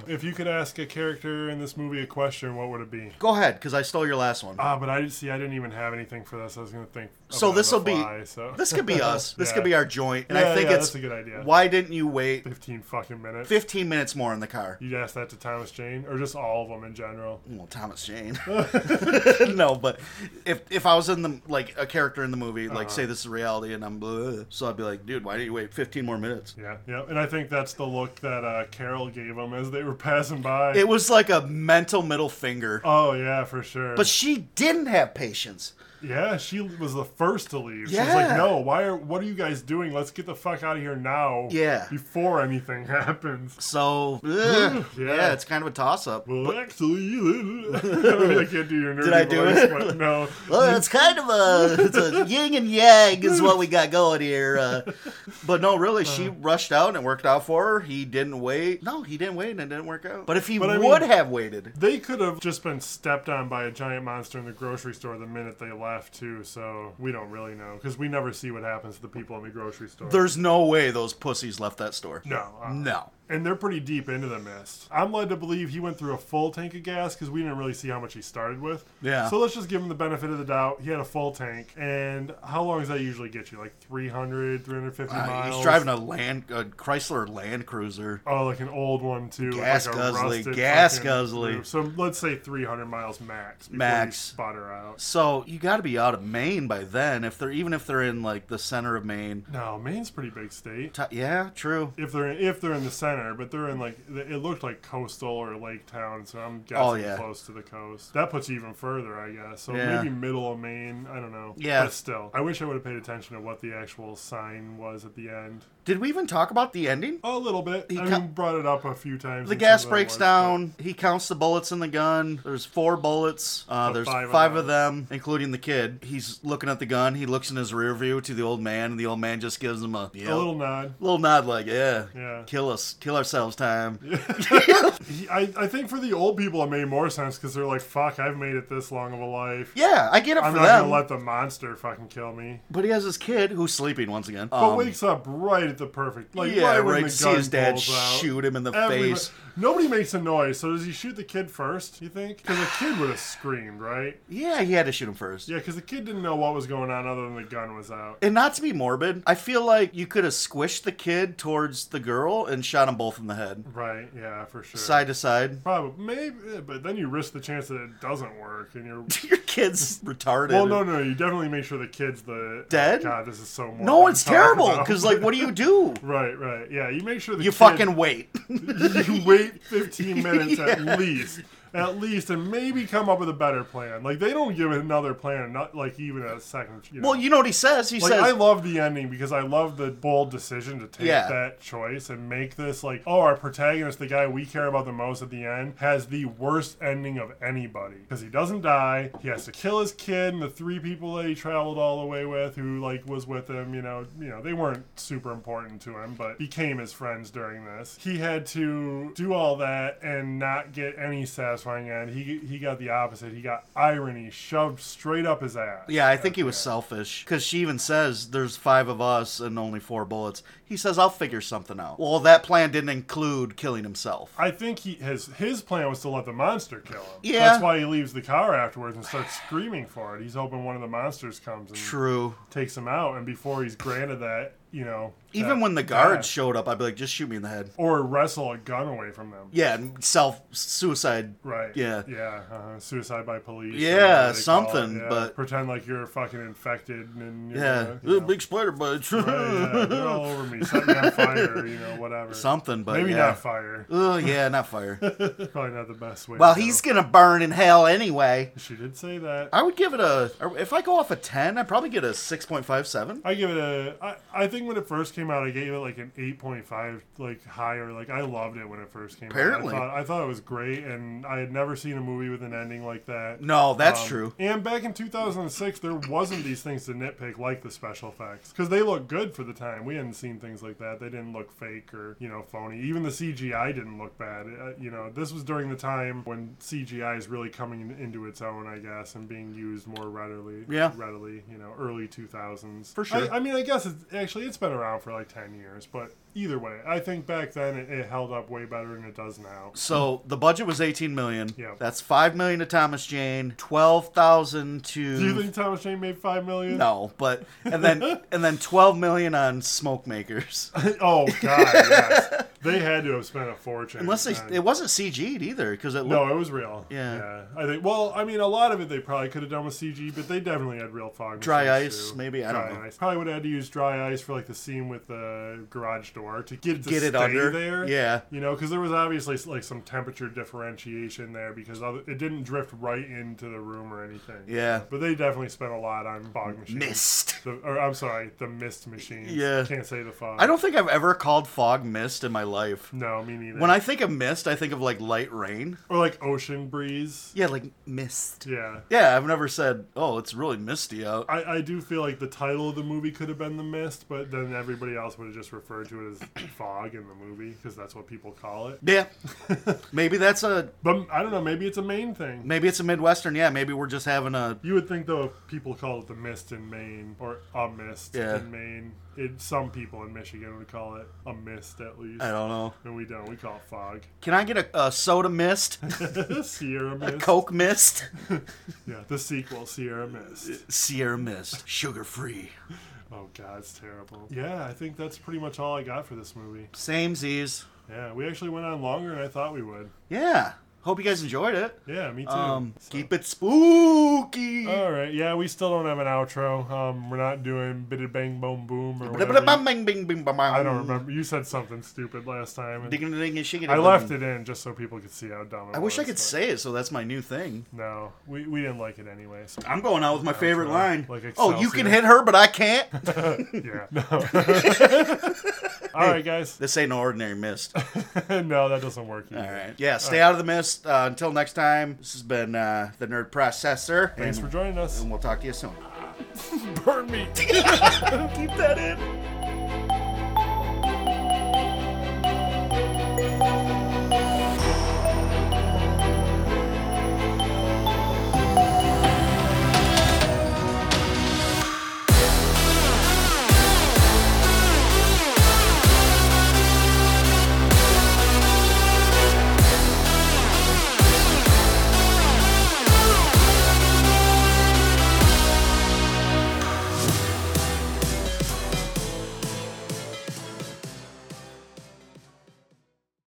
Speaker 2: if you could ask a character in this movie a question, what would it be?
Speaker 1: Go ahead, because I stole your last one.
Speaker 2: Ah, but I didn't see. I didn't even have anything for this. I was gonna think.
Speaker 1: So
Speaker 2: about the
Speaker 1: this'll be-
Speaker 2: fly, so.
Speaker 1: This could be us. This
Speaker 2: Yeah.
Speaker 1: could be our joint. And
Speaker 2: Yeah,
Speaker 1: I think
Speaker 2: yeah,
Speaker 1: it's
Speaker 2: that's a good idea.
Speaker 1: why didn't you wait
Speaker 2: Fifteen fucking minutes.
Speaker 1: 15 minutes more in the car?
Speaker 2: You'd ask that to Thomas Jane, or just all of them in general.
Speaker 1: Well, Thomas Jane. no, but if if I was in the like a character in the movie,
Speaker 2: Uh-huh.
Speaker 1: like say this is reality, and I'm bleh, so I'd be like, dude, why didn't you wait 15 more minutes?
Speaker 2: Yeah, yeah, and I think that's the look that uh, Carol gave them as they were passing by.
Speaker 1: It was like a mental middle finger.
Speaker 2: oh yeah, for sure.
Speaker 1: But she didn't have patience.
Speaker 2: yeah, she was the first to leave. She was like,
Speaker 1: Yeah.
Speaker 2: "No, why are what are you guys doing? Let's get the fuck out of here now."
Speaker 1: Yeah.
Speaker 2: before anything happens.
Speaker 1: So ugh,
Speaker 2: Yeah.
Speaker 1: yeah. it's kind of a toss up.
Speaker 2: Well, actually, I can't do your nerdy
Speaker 1: Did I do
Speaker 2: voice,
Speaker 1: it?
Speaker 2: but no.
Speaker 1: Well, it's kind of a it's a yin and yang is what we got going here. Uh, but no, really,
Speaker 2: Uh.
Speaker 1: she rushed out and it worked out for her. He didn't wait. No, he didn't wait and it didn't work out. But if he
Speaker 2: But I
Speaker 1: would
Speaker 2: mean-
Speaker 1: have waited,
Speaker 2: They could have just been stepped on by a giant monster in the grocery store the minute they left, too, so we don't really know because we never see what happens to the people in the grocery store.
Speaker 1: there's no way those pussies left that store.
Speaker 2: no. uh,
Speaker 1: no.
Speaker 2: And they're pretty deep into the mist. I'm led to believe he went through a full tank of gas because we didn't really see how much he started with.
Speaker 1: Yeah.
Speaker 2: So let's just give him the benefit of the doubt. He had a full tank. And how long does that usually get you? Like 300, 350
Speaker 1: Uh,
Speaker 2: miles?
Speaker 1: he's driving a land a Chrysler Land Cruiser.
Speaker 2: Oh, like an old one too. with,
Speaker 1: Gas
Speaker 2: like a
Speaker 1: guzzly,
Speaker 2: rusted
Speaker 1: gas
Speaker 2: fucking
Speaker 1: guzzly.
Speaker 2: roof. So let's say 300 miles max. before
Speaker 1: Max.
Speaker 2: you Spot her out.
Speaker 1: So you got to be out of Maine by then. If they're even if they're in like the center of Maine.
Speaker 2: No, Maine's a pretty big state.
Speaker 1: T- yeah, true.
Speaker 2: If they're if they're in the center, but they're in like it looked like coastal or lake town, so I'm guessing
Speaker 1: Oh, yeah.
Speaker 2: close to the coast. That puts you even further, I guess. So
Speaker 1: Yeah.
Speaker 2: maybe middle of Maine. I don't know.
Speaker 1: Yeah.
Speaker 2: But still, I wish I would have paid attention to what the actual sign was at the end.
Speaker 1: Did we even talk about the ending?
Speaker 2: A little bit.
Speaker 1: He
Speaker 2: I
Speaker 1: co-
Speaker 2: mean, brought it up a few times.
Speaker 1: The
Speaker 2: in
Speaker 1: gas
Speaker 2: some of
Speaker 1: breaks
Speaker 2: words, but-
Speaker 1: down. He counts the bullets in the gun. There's four bullets. Uh,
Speaker 2: But
Speaker 1: there's
Speaker 2: five
Speaker 1: five,
Speaker 2: of
Speaker 1: of them, including the kid. He's looking at the gun. He looks in his rear view to the old man, and the old man just gives him a, yeah,
Speaker 2: A
Speaker 1: little,
Speaker 2: little nod.
Speaker 1: nod, like, yeah,
Speaker 2: Yeah.
Speaker 1: kill us, kill ourselves time.
Speaker 2: He- I, I think for the old people it made more sense because they're like, fuck, I've made it this long of a life.
Speaker 1: Yeah, I get it
Speaker 2: I'm
Speaker 1: for
Speaker 2: not
Speaker 1: them.
Speaker 2: gonna let the monster fucking kill me.
Speaker 1: but he has his kid who's sleeping once again.
Speaker 2: But
Speaker 1: Um,
Speaker 2: wakes up right at the perfect, like
Speaker 1: yeah,
Speaker 2: right
Speaker 1: right.
Speaker 2: when the
Speaker 1: see
Speaker 2: gun
Speaker 1: his dad
Speaker 2: pulls out.
Speaker 1: shoot him in the
Speaker 2: Everybody-
Speaker 1: face.
Speaker 2: Nobody makes a noise, so does he shoot the kid first? You think? Because the kid would have screamed, right?
Speaker 1: Yeah, he had to shoot him first.
Speaker 2: Yeah, because the kid didn't know what was going on other than the gun was out.
Speaker 1: And not to be morbid, I feel like you could have squished the kid towards the girl and shot them both in the head,
Speaker 2: Right? Yeah, for sure.
Speaker 1: side to side.
Speaker 2: Probably, maybe, but then you risk the chance that it doesn't work, and you're.
Speaker 1: Your kid's retarded.
Speaker 2: Well, no, no, you definitely make sure the kid's the oh,
Speaker 1: Dead?
Speaker 2: God, this is so. morbid
Speaker 1: No, it's
Speaker 2: to talk
Speaker 1: terrible.
Speaker 2: about.
Speaker 1: Because, like, what do you do?
Speaker 2: Right, right. Yeah, you make sure the
Speaker 1: You
Speaker 2: kid-
Speaker 1: fucking wait.
Speaker 2: you wait 15 minutes at least. At least, and maybe come up with a better plan. Like they don't give another plan, not like even a second. You know?
Speaker 1: well, you know what he says? He
Speaker 2: like
Speaker 1: says,
Speaker 2: I love the ending because I love the bold decision to take
Speaker 1: Yeah.
Speaker 2: that choice and make this like, oh, our protagonist, the guy we care about the most at the end, has the worst ending of anybody because he doesn't die. He has to kill his kid and the three people that he traveled all the way with, who like was with him. You know, you know they weren't super important to him, but became his friends during this. He had to do all that and not get any satisfaction satisfying end. He he got the opposite. He got irony shoved straight up his ass.
Speaker 1: Yeah, I think he was selfish because she even says there's five of us and only four bullets. He says I'll figure something out. Well, that plan didn't include killing himself.
Speaker 2: I think he his his plan was to let the monster kill him.
Speaker 1: Yeah.
Speaker 2: That's why he leaves the car afterwards and starts screaming for it. He's hoping one of the monsters comes and
Speaker 1: True.
Speaker 2: takes him out. And before he's granted that, you know,
Speaker 1: Even
Speaker 2: that
Speaker 1: when the guards
Speaker 2: dive.
Speaker 1: showed up, I'd be like, just shoot me in the head.
Speaker 2: or wrestle a gun away from them.
Speaker 1: Yeah, and self suicide.
Speaker 2: Right.
Speaker 1: Yeah.
Speaker 2: Yeah. Uh, suicide by police. or
Speaker 1: Yeah,
Speaker 2: whatever they call it.
Speaker 1: something, but-
Speaker 2: pretend like you're fucking infected and you're
Speaker 1: Yeah,
Speaker 2: gonna, you
Speaker 1: Ooh,
Speaker 2: know,
Speaker 1: big spider bites.
Speaker 2: right, yeah, they're all over me. Set me on fire. You know, whatever.
Speaker 1: Something, but
Speaker 2: Maybe
Speaker 1: yeah.
Speaker 2: not fire.
Speaker 1: Oh yeah, not fire.
Speaker 2: Probably not the best way.
Speaker 1: well,
Speaker 2: to
Speaker 1: he's
Speaker 2: go.
Speaker 1: gonna burn in hell anyway.
Speaker 2: She did say that.
Speaker 1: I would give it a. If I go off a ten, I'd probably get a six point five seven.
Speaker 2: I give it a. I, I think when it first came out, I gave it like an eight point five, like higher. Like I loved it when it first came
Speaker 1: Apparently.
Speaker 2: out. I thought, I thought it was great, and I had never seen a movie with an ending like that.
Speaker 1: No, that's
Speaker 2: Um,
Speaker 1: true.
Speaker 2: And back in 2006, there wasn't these things to nitpick like the special effects because they looked good for the time. We hadn't seen things like that. They didn't look fake or you know phony. Even the CGI didn't look bad. Uh, you know, this was during the time when CGI is really coming into its own, I guess, and being used more readily.
Speaker 1: Yeah.
Speaker 2: readily. You know, early 2000s.
Speaker 1: For sure.
Speaker 2: I, I mean, I guess it's actually it's been around for like 10 years, but either way, I think back then it, it held up way better than it does now.
Speaker 1: So the budget was eighteen million.
Speaker 2: Yeah.
Speaker 1: That's five million to Thomas Jane, twelve thousand to.
Speaker 2: Do you think Thomas Jane made five million?
Speaker 1: no, but and then and then twelve million on smoke makers.
Speaker 2: Oh God, yes. they had to have spent a fortune.
Speaker 1: Unless they,
Speaker 2: on-
Speaker 1: it wasn't CG'd either, because it
Speaker 2: no,
Speaker 1: looked.
Speaker 2: it was real.
Speaker 1: Yeah.
Speaker 2: I think. Well, I mean, a lot of it they probably could have done with CG, but they definitely had real fog.
Speaker 1: Dry
Speaker 2: machines,
Speaker 1: ice,
Speaker 2: too.
Speaker 1: maybe? I
Speaker 2: dry
Speaker 1: don't know.
Speaker 2: Ice. Probably would have had to use dry ice for like the scene with the garage door to get it to
Speaker 1: Get it
Speaker 2: stay
Speaker 1: under.
Speaker 2: there.
Speaker 1: Yeah.
Speaker 2: You know, because there was obviously like some temperature differentiation there because other, it didn't drift right into the room or anything.
Speaker 1: Yeah.
Speaker 2: But they definitely spent a lot on fog machines.
Speaker 1: Mist.
Speaker 2: The, or I'm sorry, the mist machines.
Speaker 1: Yeah.
Speaker 2: Can't say the fog.
Speaker 1: I don't think I've ever called fog mist in my life.
Speaker 2: No, me neither.
Speaker 1: When I think of mist, I think of like light rain.
Speaker 2: Or like ocean breeze.
Speaker 1: Yeah, like mist.
Speaker 2: Yeah.
Speaker 1: Yeah, I've never said, "Oh, it's really misty out."
Speaker 2: I, I do feel like the title of the movie could have been The Mist, but then everybody else would have just referred to it as fog in the movie because that's what people call it.
Speaker 1: Yeah, maybe that's a
Speaker 2: But I don't know, maybe it's a Maine thing.
Speaker 1: maybe it's a midwestern. Yeah, maybe we're just having a
Speaker 2: You would think, though, if people call it The Mist in Maine or a mist
Speaker 1: Yeah.
Speaker 2: in Maine, it, some people in Michigan would call it a mist at least.
Speaker 1: I don't know.
Speaker 2: And we don't. We call it fog.
Speaker 1: Can I get a, a soda mist,
Speaker 2: Sierra Mist.
Speaker 1: Coke mist,
Speaker 2: Yeah, the sequel, Sierra Mist.
Speaker 1: Sierra mist, sugar free?
Speaker 2: Oh, God, it's terrible. Yeah, I think that's pretty much all I got for this movie.
Speaker 1: Same Z's.
Speaker 2: Yeah, we actually went on longer than I thought we would.
Speaker 1: Yeah. Hope you guys enjoyed it.
Speaker 2: Yeah, me too.
Speaker 1: Um,
Speaker 2: So- Oh,
Speaker 1: keep it spooky.
Speaker 2: All right. Yeah, we still don't have an outro. Um, we're not doing bitty bang boom boom or whatever. you- I
Speaker 1: I
Speaker 2: don't remember. You said something stupid last time. and I
Speaker 1: I
Speaker 2: left it in just so people could see how dumb it
Speaker 1: I wish I
Speaker 2: was,
Speaker 1: could
Speaker 2: but
Speaker 1: say it, so that's my new thing.
Speaker 2: No, we, we didn't like it anyway. So,
Speaker 1: I'm going out with my favorite line.
Speaker 2: Like
Speaker 1: oh, you can
Speaker 2: Excelsior.
Speaker 1: hit her, but I can't.
Speaker 2: yeah. No. All right, guys.
Speaker 1: this ain't no ordinary mist.
Speaker 2: no, that doesn't work. Either.
Speaker 1: All right. Yeah, stay out of the mist. Uh, until next time, this has been uh, the Nerd Processor.
Speaker 2: Thanks
Speaker 1: and-
Speaker 2: for joining us.
Speaker 1: and we'll talk to you soon.
Speaker 2: Burn me.
Speaker 1: Keep that in.